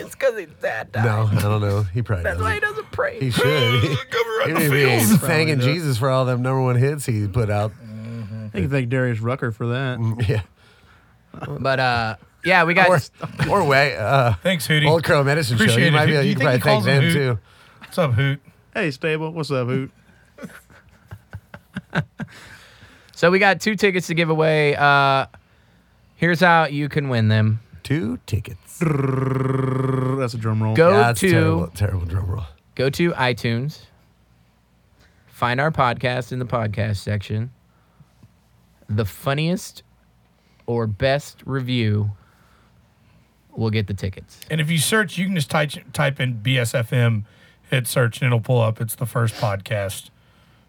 It's because his dad died.
No, I don't know. He probably.
That's
doesn't.
why he doesn't pray. *laughs*
He should. He, he would be thanking
does.
Jesus for all them number one hits he put out. Mm,
They can thank Darius Rucker for that.
*laughs* Yeah.
But uh, yeah, we got
Or,
*laughs*
or way, uh,
Thanks, Hootie.
Old Crow Medicine Show.
Appreciate
You,
it.
might be,
Do
you,
you
can
think he
probably thank
calls him
them
Hoot?
too.
What's up, Hoot?
Hey, Stable, what's up, Hoot?
so we got two tickets to give away. Uh, here's how you can win them.
Two tickets.
That's a drum roll.
Go
Yeah, that's
to
terrible, terrible drum roll.
go to iTunes, find our podcast in the podcast section. The funniest or best review will get the tickets.
And if you search, you can just type type in BSFM, hit search, and it'll pull up. It's the first podcast,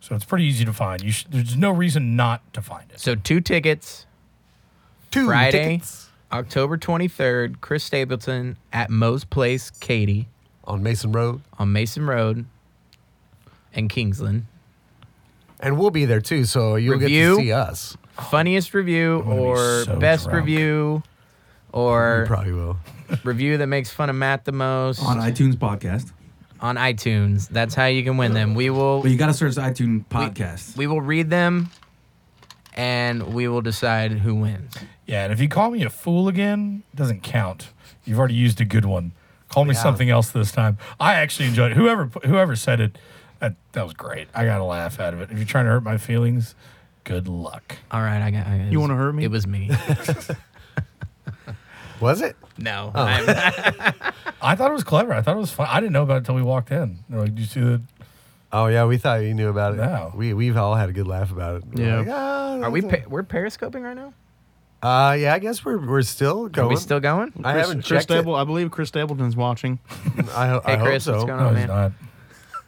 so it's pretty easy to find. You sh- there's no reason not to find it.
So two tickets,
Two
Friday.
tickets
October 23rd, Chris Stapleton at Moe's Place, Katie,
on Mason Road,
on Mason Road and Kingsland.
and we'll be there too. So you'll
Review.
get to see us.
Funniest review
be
or
so
best
drunk.
review
You
or
probably will.
*laughs* review that makes fun of Matt the most
on iTunes podcast.
on iTunes. That's how you can win them. We will
But you got to search the iTunes podcast.
we will read them and we will decide who wins.
Yeah, and if you call me a fool again, it doesn't count. You've already used a good one. Call me something else this time. I actually enjoyed it. Whoever whoever said it, that, that was great. I got a laugh out of it. If you're trying to hurt my feelings, good luck.
All right, I got. I got
You wanna hurt me?
It was
*laughs*
me.
Was it?
no,
Oh.
I'm-
I thought it was clever. I thought it was fun. I didn't know about it until we walked in. They're like, "Did you see the?"
Oh yeah, we thought you knew about it.
No.
We we've all had a good laugh about it. We're
Yeah.
like, "Ah,
are we?
that's
Pa- we're periscoping right now.
a-" uh yeah, I guess we're we're still going.
Are we still going?
I
Chris,
haven't
Chris
checked it.
Stable, I believe Chris Stapleton's watching.
I, ho- I
Hey, Chris,
hope so.
what's going
No,
on, man?
he's not.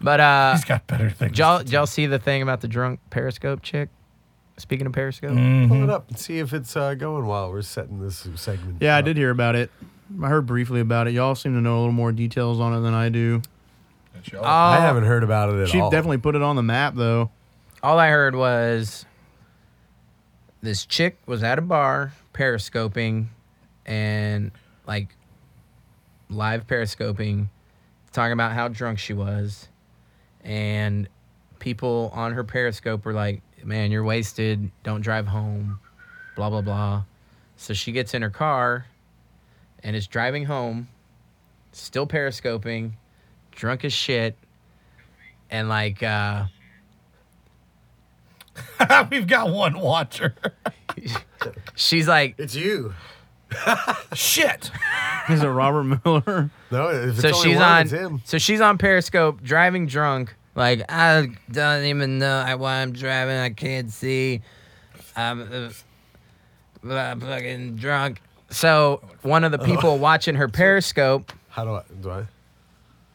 But uh,
He's got better things.
did y'all, did y'all see the thing about the drunk Periscope chick? Speaking of Periscope,
Mm,
Pull it up and see if it's uh, going while we're setting this segment.
Yeah, I
up.
did hear about it. I heard briefly about it. Y'all seem to know a little more details on it than I do.
That's
all,
y'all.
I haven't heard about it at
She
all.
definitely put it on the map, though.
all I heard was this chick was at a bar periscoping and like live periscoping, talking about how drunk she was, and people on her periscope were like, "Man, you're wasted. Don't drive home." Blah blah blah. So she gets in her car and is driving home, still periscoping, drunk as shit, and like. uh
*laughs* We've got one watcher.
She's like,
It's you.
Shit.
Is it
*laughs*
Robert Miller?
No, if it's
so
only
she's
one,
on,
It's him.
so she's on Periscope driving drunk. Like I don't even know I- why I'm driving. I can't see. I'm, uh, but I'm fucking drunk. So one of the people watching her Periscope,
How do I? Do I?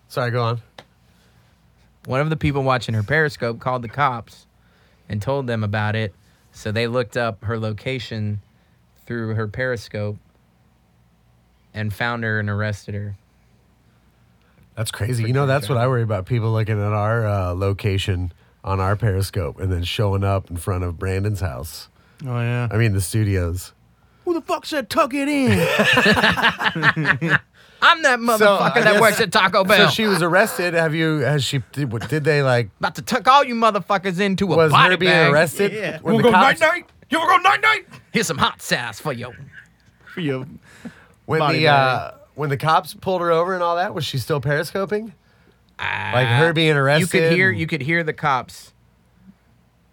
Sorry, go on.
one of the people watching her Periscope called the cops and told them about it. So they looked up her location through her Periscope and found her and arrested her.
That's crazy. You know, that's what I worry about. People looking at our uh, location on our Periscope and then showing up in front of Brandon's house.
Oh yeah.
I mean, the studios.
Who the fuck said tuck it in?
I'm that motherfucker
I
that
guess-
works at Taco
So
Bell.
she was arrested. Have you? Has she? Did, what- did they like?
About to tuck all you motherfuckers into a
Was
body
her being
bag.
arrested?
Yeah.
Were
we'll
the
go
cops-
night night. You wanna go night
*laughs*
night?
Here's some hot sauce for you.
You-
when
Body
the uh, when the cops pulled her over and all that, was she still periscoping? like her being arrested.
Ah. Uh, You could hear
and-
you could hear the cops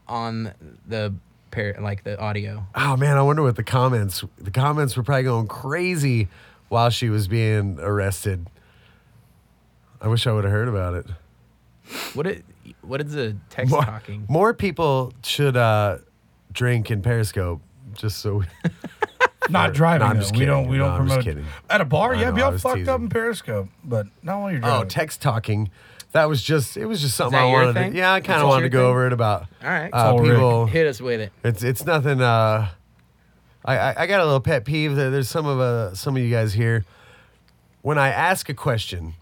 on the pair like the audio.
Oh man, I wonder what the comments. The comments were probably going crazy while she was being arrested. I wish I would have heard about it.
What it what is the text
More,
talking?
more people should uh, drink in Periscope, just so. we-
Not
No,
driving.
I'm
though.
just
We
kidding,
don't. We
dude.
don't
No, I'm just
promote.
kidding.
At a bar,
I
yeah,
know,
be
I
all
was
fucked up
teasing.
in Periscope, but not while you're driving.
oh, text talking. That was just. It was just something
that
I
your
wanted.
thing?
To, yeah, I
That's
kind of wanted
your
to go
thing?
over it about.
All right.
uh,
all Rick.
people.
Hit us with it.
It's it's nothing. Uh, I, I I got a little pet peeve that there's some of uh, some of you guys here. When I ask a question,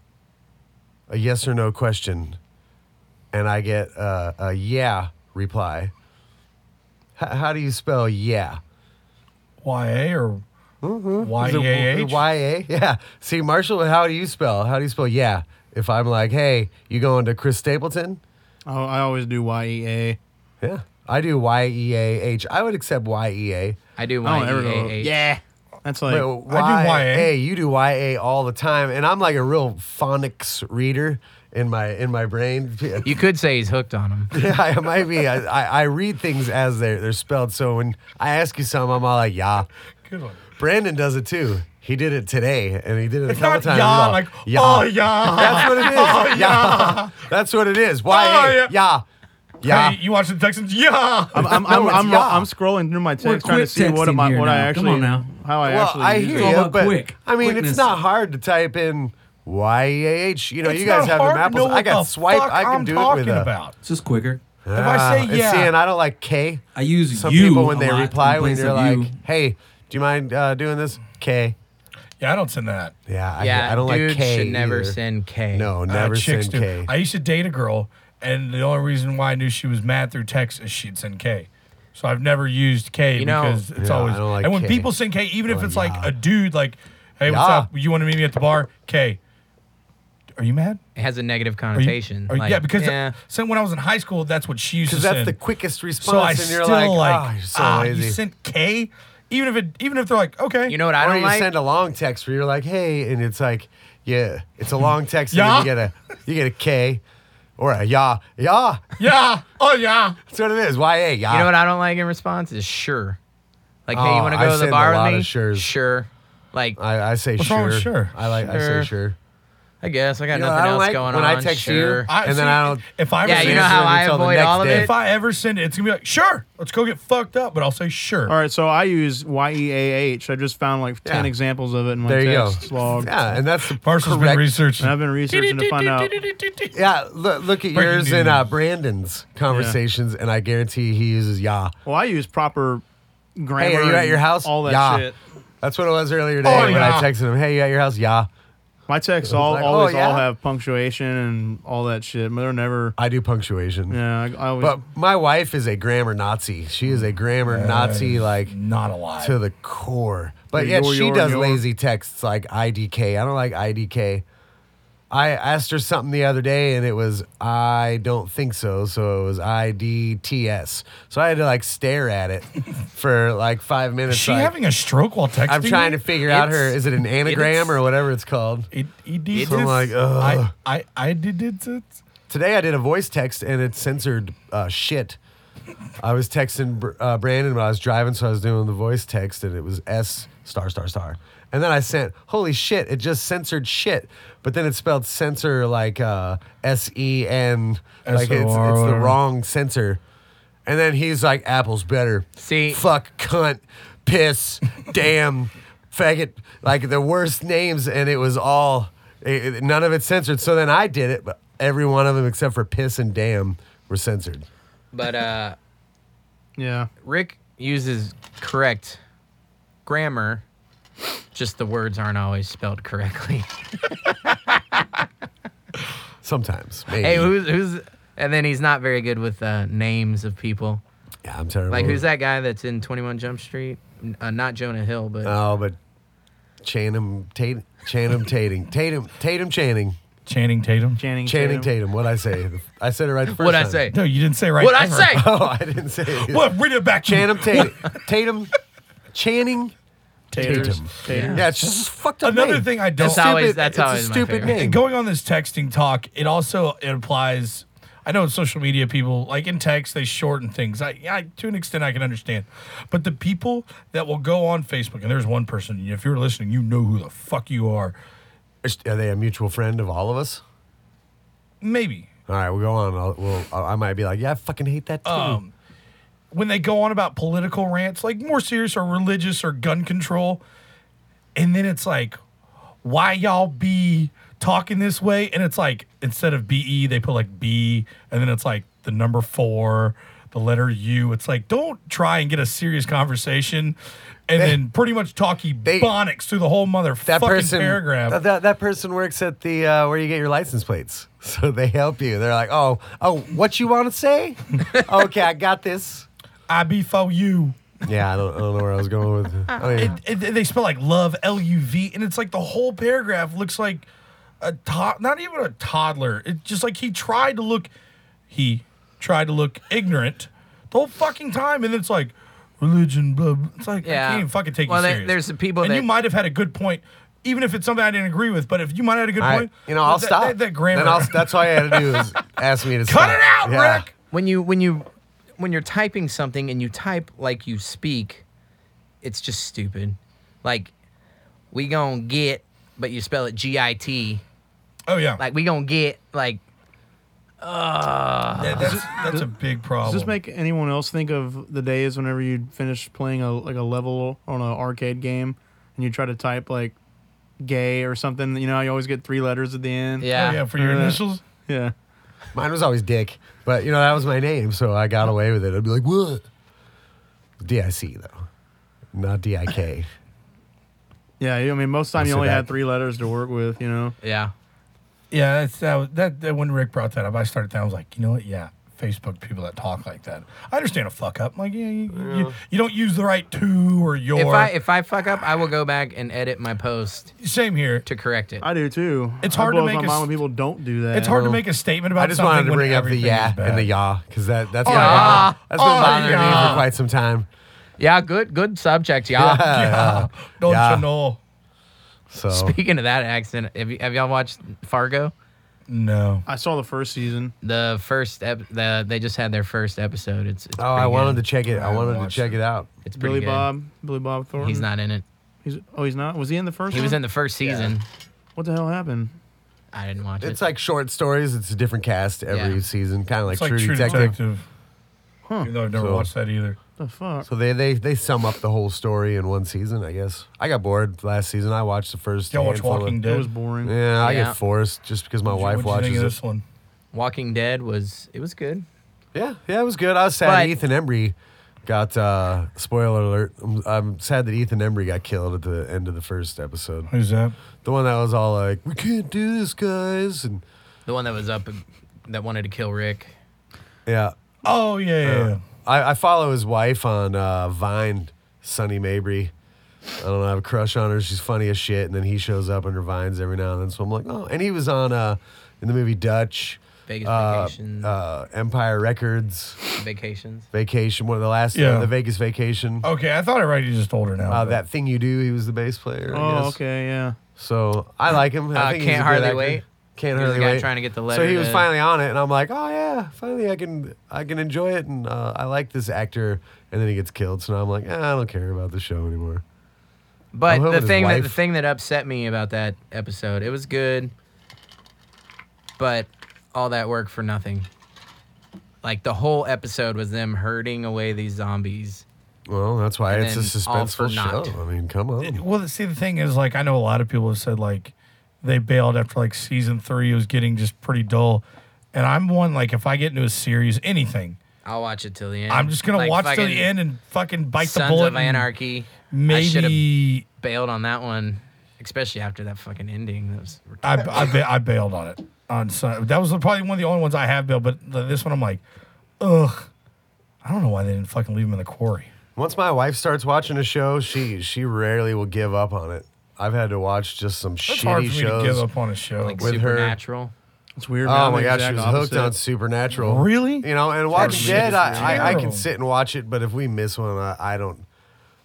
a yes or no question, and I get uh, a yeah reply. H- how do you spell yeah?
YA or
Mm-hmm.
YAH?
Y-A? Yeah. See, Marshall, how do you spell? How do you spell yeah? If I'm like, hey, you going to Chris Stapleton?
I Oh, I always do E YEA.
Yeah. I do Y E A H. I would accept Y E A.
I do E
I
want
don't ever go.
to
Yeah. That's like
Wait,
I do
why-
YA.
hey, you do YA all the time, and I'm like a real phonics reader in my in my
*laughs*
brain. *laughs*
You could say he's hooked on him.
yeah, I might be. I, I, I read things as they're they're spelled. So when I ask you something, I'm all like, "Yeah."
Good one.
Brandon does it too. He did it today, and he did it
It's
a couple
not
times.
ya,
He's all,
like,
"Yeah."
oh, ya.
That's what
*laughs*
it is. yeah. That's what it is. YA.
Oh, yeah.
yeah. Yeah.
Hey, you watch the Texans? Yeah.
I'm I'm,
*laughs* No,
I'm,
it's
I'm,
yeah.
I'm scrolling through my text trying to
quick
see what
texting
am I
here
what I
now.
actually
Come on now.
how I
well,
actually
I
use
hear
it.
all
you,
about
but
quick.
I mean,
Quickness.
it's not hard to type in YAH. You know,
It's
you guys
not
have
hard
them
to
apples.
know
I
what
got
the
swipe.
fuck
I can
I'm
do it
talking
with a. Ah,
about.
It's just quicker.
If I say
and
yeah-
seeing I don't like K.
I use
Some
you
people when
a
they
lot in
reply when
place
you're
of
like,
you.
"Hey, do you mind uh, doing this?" K.
Yeah, I don't send that.
Yeah, I,
Yeah,
I don't
dude
like K.
should never
either.
send K.
No,
Uh,
never
chicks
send K.
do. I used to date a girl, and the only reason why I knew she was mad through text is she'd send K. So I've never used K
You know-
because it's
Yeah, I
always.
don't like Oh,
and when
K.
people send K, even if
Or
it's
ya.
like a dude, like, hey, what's
Ya.
up? You want to meet me at the bar? K. Are you mad?
It has a negative
Are you-
connotation.
are you-
like,
yeah, because
yeah,
so when I was in high school, that's what she used to
Because that's
send.
the quickest response,
so I
and you're
still
like,
like,
oh, you're so
ah,
lazy.
you sent K, even if it, even if they're like, okay,
you know what I
or
don't
you
like.
send a long text where you're like, "Hey," and it's like, "Yeah," it's a long text.
Yeah.
and then you get a you get a K, or a yeah, yeah.
yeah, oh yeah,
That's what it is. Y A. Yeah.
you know what I don't like in response is sure. Like, hey, you
Oh,
want to
I
go to the
send a
bar
lot
with me?
of sures.
Sure. Like, I,
I, I say
What's wrong
sure.
with sure?
I like. I
Sure.
say sure.
guess I got
You know what
nothing
I don't
else
like?
going
When
on.
I text you,
sure.
I- And then don't-
If I ever
Yeah,
send
you know
it-
how I
Until the
avoid
next
all of
day. *laughs*
it.
if I ever send it, it's gonna be like, sure, let's go get fucked up, but I'll say sure.
All right, so I use Y E A H. I just found like ten
Yeah.
examples of it in my
There you go.
text log.
Yeah, and that's the
Parcel's
correct.
been researching.
And I've been researching to find
*laughs*
out.
yeah, look, look at
Breaking
yours and
news.
uh, Brandon's conversations, and I guarantee he uses yeah.
Well, I use proper grammar.
Hey, are you at
and
your house?
All that
Yeah.
shit.
That's what it was earlier today
Oh,
when
yeah.
I texted him, "Hey, you at your house? Yeah."
My texts all
like,
always
oh, yeah?
all have punctuation and all that shit. But they're never.
I do punctuation.
Yeah, I, I always.
But my wife is a grammar Nazi. She is a grammar Nazi, like
Not alive.
to the core. But
Yeah,
yet
you're-
she
you're-
does
you're-
lazy texts like IDK. I don't like IDK. I asked her something the other day and it was I don't think so. So it was IDTS. So I had to like stare at
*laughs*
it for like five minutes.
Is she
like,
having a stroke while texting?
I'm trying to figure out her
It's-
is it an anagram or whatever it's called.
It, it, it,
So I'm like, ugh.
I, I, I did it. it.
Today I did a voice text and it censored uh, shit. I was texting Br- uh, Brandon when I was driving, so I was doing the voice text and it was S star star star. And then I sent, holy shit, it just censored shit. But then it spelled censor like uh, S E N, like it's, it's
S O R or
the
whatever.
wrong censor. And then he's like, apple's better.
See-
Fuck, cunt, piss, *laughs* damn, faggot. Like the worst names. And it was all, it, it- none of it censored. So then I did it, but every one of them except for piss and damn were censored.
But uh,
yeah.
Rick uses correct grammar. Just the words aren't always spelled *laughs* correctly.
Sometimes. Maybe.
hey, who's who's? And then he's not very good with uh, names of people.
Yeah, I'm terrible.
Like who's that guy that's in Twenty One Jump Street? N- Uh, not Jonah Hill, but
Oh, but Channing Tatum, Channing Tatum, Tatum, Tatum Channing,
Channing Tatum.
Channing.
Channing
Tatum.
Tatum. What I say? I said it right the first
what'd I
time.
say?
No, you didn't say right.
What'd I
ever.
say?
*laughs* Oh, I didn't say it.
What? Read it back. to me.
*laughs* Channing Tatum, Tatum, Channing
Taters.
Tatum.
Taters.
Yeah, it's just a fucked up.
Another
name.
thing I don't.
That's always- that's
it's a
always my
stupid
favorite.
name.
And going on this texting talk, it also it applies. I know in social media, people like in text they shorten things. I, I to an extent I can understand, but the people that will go on Facebook and there's one person. If you're listening, you know who the fuck you are.
Are they a mutual friend of all of us?
Maybe
All right, we'll go on. I'll, we'll, I might be like, yeah, I fucking hate that too.
um, when they go on about political rants, like more serious or religious or gun control, and then it's like, why y'all be talking this way? And it's like instead of BE, they put like B, and then it's like the number four, the letter U. It's like don't try and get a serious conversation. And then pretty much talk ebonics through the whole motherfucking
that person
paragraph.
That, that, that person works at the uh, where you get your license plates, *laughs* so they help you. They're like, oh, oh, what you want to
*laughs*
say? okay, I got this.
I be for you.
Yeah, I don't, I don't know where I was going with. I don't even-
it, it- they spell like love L U V, and it's like the whole paragraph looks like a to- not even a toddler. It's just like he tried to look, he tried to look ignorant the whole fucking time, and it's like religion. Blah, blah. It's like I
Yeah.
can't even fucking take
Well,
you
there-
serious.
there's the people
and you
that-
might have had a good point, even if it's something I didn't agree with. But if you might have had a good
All right,
point,
you know,
but
I'll
that,
stop.
That, that grammar.
Then I'll, that's all I had to do is ask me to
*laughs* Cut it out, Rick!
when you when you when you're typing something and you type like you speak, it's just stupid. Like we gonna get, but you spell it G I T.
oh yeah,
Like we gonna get like
That- that's, that's a big problem.
Does this make anyone else think of the days whenever you finish playing a like a level on an arcade game and you try to type like gay or something? You know, how you always get three letters at the end.
yeah.
oh, yeah, for your
Uh,
Yeah.
initials.
Yeah.
Mine was always Dick, but you know that was my name, so I got away with it. I'd be like, what? D I C though, not D I K.
Yeah. I mean, most of the time you
Sit
only had
back.
three letters to work with. You know.
yeah.
Yeah, that's that, was- that, that. When Rick brought that up, I started. That I was like, you know what? Yeah, Facebook people that talk like that. I understand a fuck up. I'm like, yeah, you, you, you don't use the right to or your.
If I if I fuck up, I will go back and edit my post
Same here.
to correct it.
I do too.
It's
It
hard to
blows
make
my
a
mind
s-
when people don't do that.
It's hard to make a statement about.
I just
something
wanted to
when
bring up the
everything
yeah
is bad.
and the yah because that that's
Oh,
been
yeah.
that's been
Oh,
bothering me
yeah. Oh,
for quite some
*laughs*
time.
Yeah, good good subject, y'all.
Yeah. Don't
uh, Yeah.
you know?
*laughs*
*laughs*
So
Speaking of that accident, have, y- have y'all watched Fargo?
No.
I saw the first season.
The first ep- the they just had their first episode. It's, it's
oh, I
pretty
wanted
good.
to check it. I
haven't
wanted to
watched
check
it.
it out.
It's pretty
Billy
good.
Bob, Billy Bob Thornton.
He's not in it.
He's, oh, he's not. Was he in the first?
He
one?
was in the first season.
What the hell happened?
I didn't watch
It's
it.
like short stories. It's a different cast every
Yeah.
season, kind of like,
It's like
True, Detective.
Huh.
Even though I've never
So-
watched that either.
The fuck.
So they, they they sum up the whole story in one season, I guess. I got bored last season. I watched the 1st
Y'all watch
handful of-
Walking
It was
Dead?
boring.
Yeah, I
Yeah.
get forced just because my wife
What'd you
watches
think of
it.
this one?
Walking Dead was it was good.
Yeah, yeah, it was good. I was sad
But-
that Ethan Embry got uh spoiler alert. I'm, I'm sad that Ethan Embry got killed at the end of the first episode.
Who's that?
The one that was all like, "We can't do this, guys," and
The one that was up that wanted to kill Rick.
yeah, uh,
Oh yeah, yeah, yeah.
I, I follow his wife on uh, Vine, Sunny Mabry. I don't know, I have a crush on her. She's funny as shit. And then he shows up in her vines every now and then. So I'm like, oh. And he was on uh, in the movie Dutch,
Vegas
uh,
Vacation.
uh, Empire Records,
Vacations.
Vacation, one of the last, uh,
Yeah. Oh,
the Vegas Vacation.
Okay, I thought I read you just older now.
Uh,
but-
that thing you do, he was the bass player. I
Oh,
guess.
okay, yeah.
So I like him. I
Uh, Can't
think he's a good
Hardly
actor.
Wait. He
Can't
was
hardly
the guy
wait.
trying to get the
So
letter
he was
to-
finally on it, and I'm like, oh yeah, finally I can I can enjoy it, and uh, I like this actor. And then he gets killed, so now I'm like, eh, I don't care about the show anymore. I'm
But
hoping
the
his
thing that the
wife-
thing that upset me about that episode, it was good, but all that work for nothing. Like the whole episode was them herding away these zombies.
Well, that's why
And
it's a
then all for
suspenseful
naught.
show. I mean, come on.
Well, see, the thing is, like, I know a lot of people have said like they bailed after like season three. It was getting just pretty dull, and I'm one like if I get into a series, anything,
I'll watch it till the end.
I'm just gonna
Like
watch till
fucking
the end and fucking bite the
Sons
bullet.
of
and
Anarchy. I should have
Maybe
bailed on that one, especially after that fucking ending. That was ret-
I I, ba- I bailed on it on Sun. That was probably one of the only ones I have bailed. But th- this one, I'm like, ugh, I don't know why they didn't fucking leave him in the quarry.
Once my wife starts watching a show, she she rarely will give up on it. I've had to watch just some
It's
shitty
hard for me
shows.
to give up on a show.
like
With her-
supernatural.
It's weird. man.
Oh
I'm
my
the
gosh, she
exact
was hooked
opposite.
on Supernatural.
Really?
You know, and Walking
shit
Dead,
is
I, I, I can
terrible.
sit and watch it, but if we miss one, I, I don't,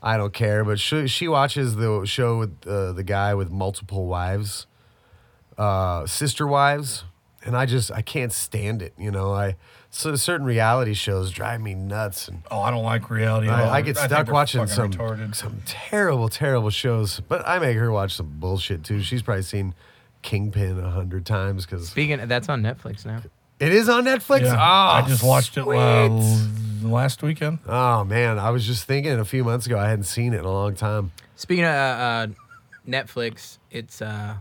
I don't care. But she, she watches the show with uh, the guy with multiple wives, uh, sister wives, and I just I can't stand it. You know, I so certain reality shows drive me nuts, and
oh, I don't like reality. at all.
I, I get
think
stuck
they're
watching
fucking
some
retarded.
some terrible, terrible shows. But I make her watch some bullshit too. She's probably seen Kingpin a hundred times because
Speaking of, that's on Netflix now.
it is on Netflix.
Yeah,
oh,
I just watched it uh,
sweet.
last weekend.
Oh man, I was just thinking a few months ago I hadn't seen it in a long time.
Speaking of uh, uh, Netflix, it's uh,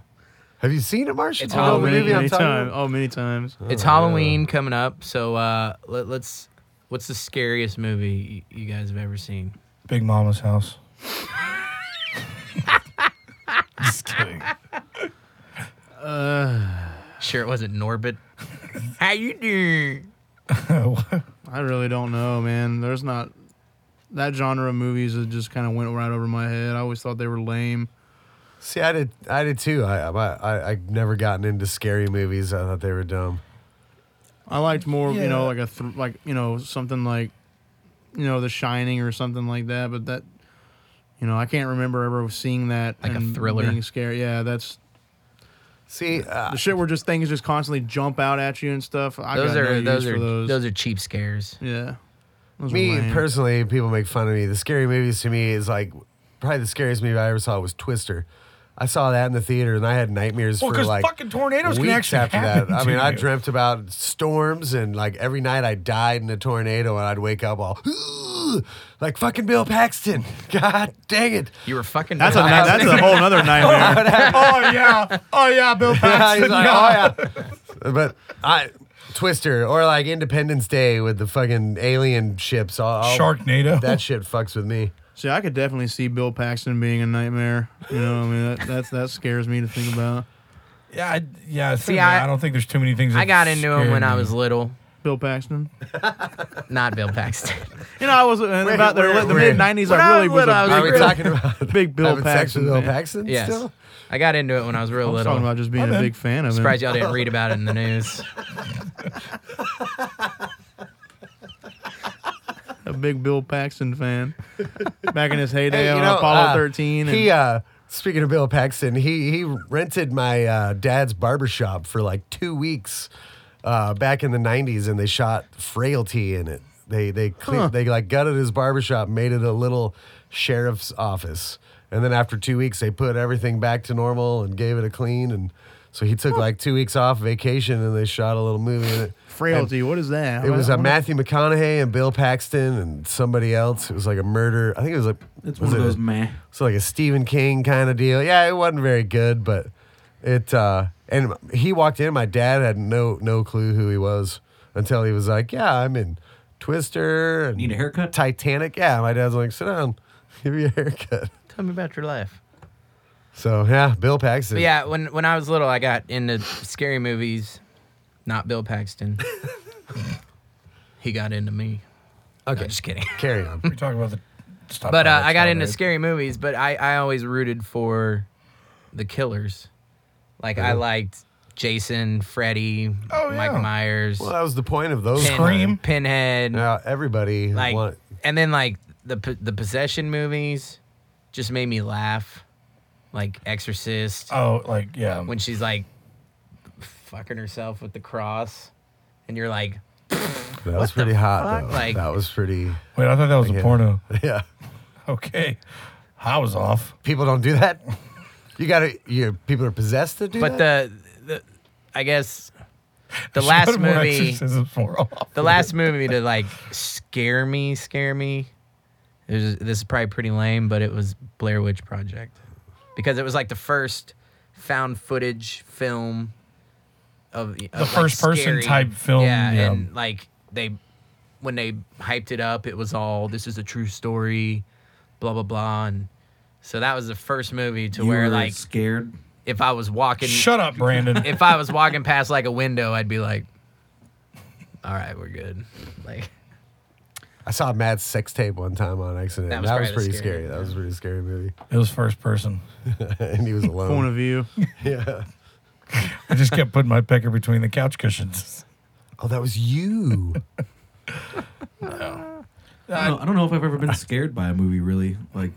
Have you seen it, Marsh?
It's
You know
Oh,
the
Halloween.
many,
movie I'm
many
talking
times.
about?
Oh, many times.
it's Halloween coming up. So uh, let, us What's the scariest movie y- you guys have ever seen?
Big
*laughs*
Mama's house.
*laughs*
Just kidding. *laughs*
Sure, it wasn't Norbit. *laughs* How you doing?
I really don't know, man. There's not that genre of movies that just kind of went right over my head. I always thought they were lame.
See, I did. I did too. I, I, I, I've never gotten into scary movies. I thought they were dumb.
I liked more, you know,
Yeah.
like a thr like you know something like you know The Shining or something like that. But that you know, I can't remember ever seeing that
Like a
and
thriller.
Being scared, yeah. That's
See, uh,
the shit where just things just constantly jump out at you and stuff. I
Those
got no
are
use
those
for
are
those.
those. are cheap scares.
yeah. Those were
me
lame.
personally, people make fun of me. The scary movies to me is like probably the scariest movie I ever saw was Twister. I saw that in the theater and I had nightmares
Well,
for
'cause
like
fucking tornadoes can
weeks
actually
after that.
happen
I
to
mean, I
you.
dreamt about storms and like every night I died in a tornado and I'd wake up all like fucking Bill Paxton. *laughs* God dang
*laughs*
it!
You were fucking.
That's a ni- that's a
*laughs*
whole other nightmare.
oh yeah, oh *laughs* yeah, Bill *laughs* Paxton.
He's like,
yeah.
oh yeah. But I Twister or like Independence Day with the fucking alien ships. All,
oh,
all-
Sharknado.
That shit fucks with me.
See, I could definitely see Bill Paxton being a nightmare. You know, I mean, that, that's that scares me to think about.
yeah, I, yeah. See,
I-
I, don't think there's too many things.
I
that
got into
scare
them when I
me.
was little.
Bill Paxton.
Not
*laughs*
Bill Paxton.
You know, I was and about the,
where-
the
where-
mid '90s.
when I
I really
was
was.
little, I
Are
a
we
was
big,
talking about
big Bill
having sex
Paxton.
with Bill
Bill
Paxton
Yes.
still?
I got into it when I was real little.
Talking about just being a big fan of him.
Surprised
*laughs*
y'all didn't read about it in the news.
a big Bill Paxton
*laughs*
fan. Back in his heyday
Hey, you
on
know,
Apollo
uh,
13. And
He uh speaking of Bill Paxton, he he rented my uh, dad's barbershop for like two weeks uh, back in the nineties and they shot frailty in it. They they clean, they like gutted his barbershop, made it a little sheriff's office. And then after two weeks they put everything back to normal and gave it a clean and so he took like two weeks off vacation and they shot a little movie in it.
frailty. What is that?
uh, It was
I
uh,
wonder-
Matthew McConaughey and Bill Paxton and somebody else. It was like a murder. I think it was like
It's
was
one of
it
those
a-
meh.
so like a Stephen King kind of deal. Yeah, it wasn't very good, but it uh and he walked in, my dad had no no clue who he was until he was like, Yeah, I'm in Twister and
Need a haircut?
Titanic. Yeah, my dad's like, Sit down, *laughs* give me a haircut.
Tell me about your life.
So yeah, Bill Paxton.
But yeah, when when I was little, I got into scary movies. Not Bill Paxton. he got into me. Okay, just kidding.
Carry on.
We're talking about the. just talking
But uh,
about
I got
child
into
rape.
scary movies, but I, I always rooted for the killers. Like I liked Jason, Freddy,
Oh,
Mike
yeah.
Myers,
well, that was the point of those.
Pin-
Scream.
Pinhead.
Now everybody
like
want-
and then like the p- the possession movies just made me laugh. Like Exorcist
Oh, like yeah.
when she's like fucking herself with the cross and you're like
that was
the
pretty hot
fuck?
though.
Like-
that was pretty *laughs*
Wait, I thought that was a
Yeah.
porno. *laughs*
Yeah.
Okay, I was off.
People don't do that. *laughs* You gotta you people are possessed to do
but
that.
the, the I guess
*laughs*
the
Should've
last
worn
movie
Exorcism's more off.
the last movie to like scare me, scare me. It was, this is probably pretty lame, but it was Blair Witch Project because it was like the first found footage film of the
first person type film,
Yeah,
yeah.
and like they when they hyped it up, it was all this is a true story, blah blah blah, and so that was the first movie to
You
where
were
like
scared.
if I was walking,
Shut
*laughs*
up, Brandon.
if I was walking past like a window, I'd be like, "All right, we're good." Like.
I saw Matt's sex tape one time on accident.
That was
That was,
probably the
pretty
scary-
scary. That was a pretty scary movie.
it was first person.
*laughs* and he was alone.
point of
*laughs*
view.
yeah.
I just kept putting my pecker between the couch cushions.
Oh, that
*laughs*
was you.
uh,
I don't, I don't know if I've ever been scared by a movie really, like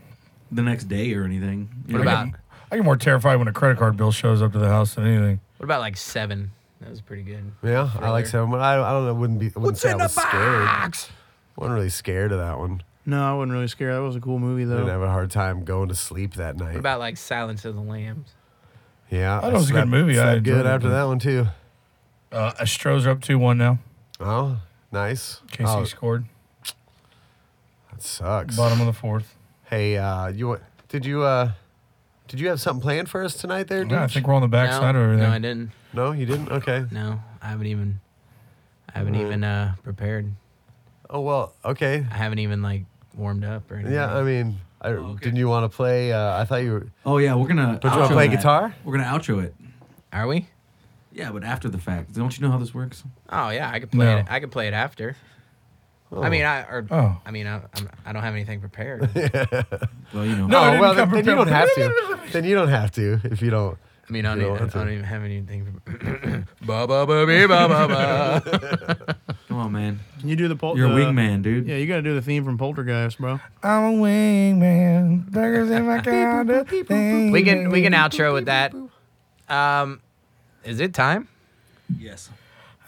the next day or anything. You
What
know,
about
I get more terrified when a credit card bill shows up to the house than anything.
what about like seven? That was pretty good.
Yeah, I
Thriller.
like seven. But I, I don't know. Wouldn't be. Wouldn't say I was scared. wasn't really scared of that one.
No, I wasn't really scared. That was a cool movie
I
though.
didn't have a hard time going to sleep that night.
What about like Silence of the Lambs?
yeah,
thought it was a good
slept-
movie. I
Slept
enjoyed
good
it.
after that one too.
Uh, Astros are up two one now.
Oh, nice.
Casey
Oh,
scored.
that sucks.
Bottom of the fourth.
Hey, uh, you wa- did you uh, did you have something planned for us tonight, there, dude?
Yeah, I think we're on the back
no,
side of everything.
no, I didn't.
no, you didn't. Okay.
No, I haven't even. I haven't even uh, prepared.
Oh well. Okay.
I haven't even like warmed up or anything.
Yeah, I mean, I, didn't you want to play? Uh, I thought you were.
Oh yeah, we're gonna.
Don't you wanna
outro
play
that.
guitar?
We're gonna outro it.
Are we?
Yeah, but after the fact. Don't you know how this works?
Oh yeah, I could play
No.
it. I could play it after. I mean, I or
Oh.
I mean, I, I'm, I don't have anything prepared.
Well, you know.
No, I
oh
didn't
well,
come
then, then you don't
prepared.
have to. then you don't have to if you don't.
I mean, I
You
don't, need, I
don't have to.
don't even have anything. pre- ba ba ba bee, ba ba ba.
Come on, man.
Can you do the pol-
You're a
the-
wingman, dude.
Yeah, you got to do the theme from Poltergeist, bro.
I'm a wingman. Burgers in my kind of thing.
We can we can outro with that. Um, is it time?
Yes.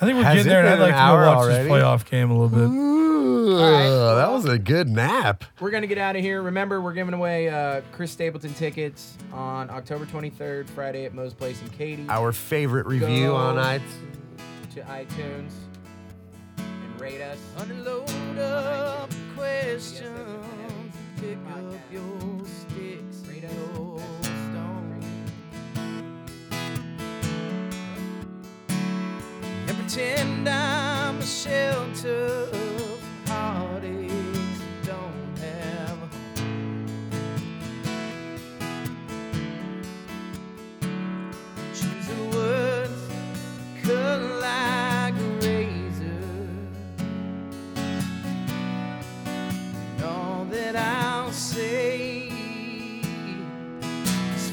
I think we're
Has
getting
it
there. And I'd
been
like
an
to go
hour
watch
already?
this playoff game a little bit.
Ooh,
right.
that was a good nap.
We're gonna get out of here. Remember, we're giving away uh, Chris Stapleton tickets on October 23rd, Friday at Moe's Place in Katy.
Our favorite review
Go.
on it.
to iTunes and rate us. Unload up questions, pick up your sticks, rate us. And pretend I'm a shelter of heartaches don't have. Choose the words cut like a razor. I'll say is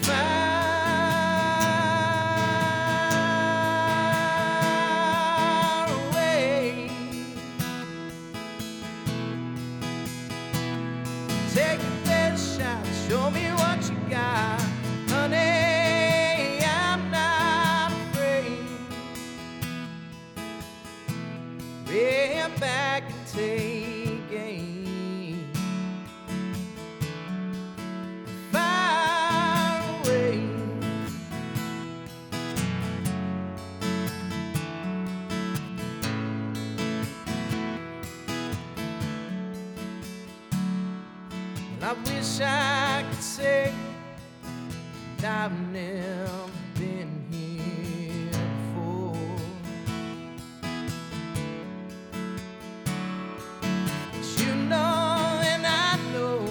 far away. Take a dead shot, show me what you got, honey. I'm not afraid. Rear back and take aim. Fire away. And I wish I could say that I've never been here before. you know and I know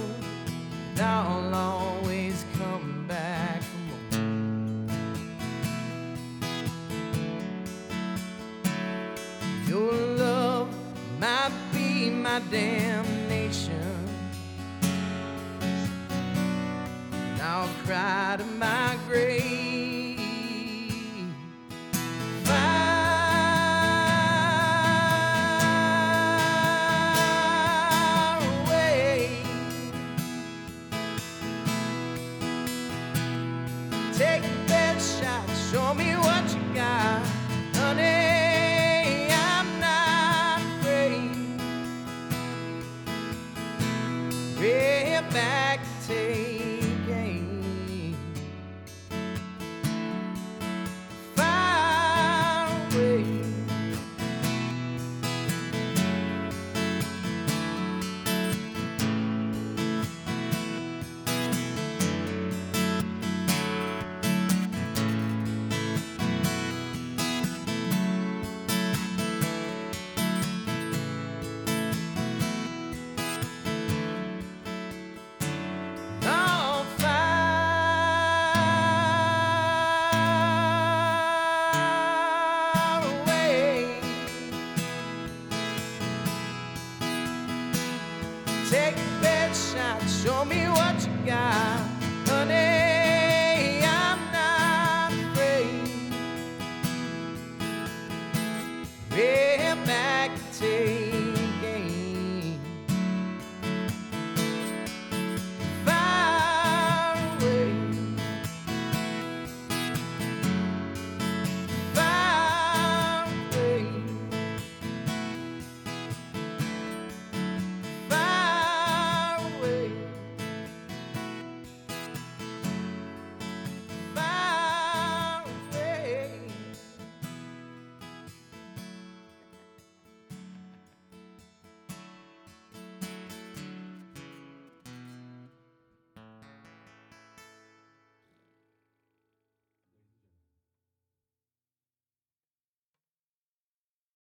that I'll always come back for more. Your love might be my damnation. And I'll cry to my grave. Far away. Take a bed shot, show me what you got, honey. I'm not afraid. Rear back, take aim. far away. Oh, far away. Take a bed shot, show me what you got, honey.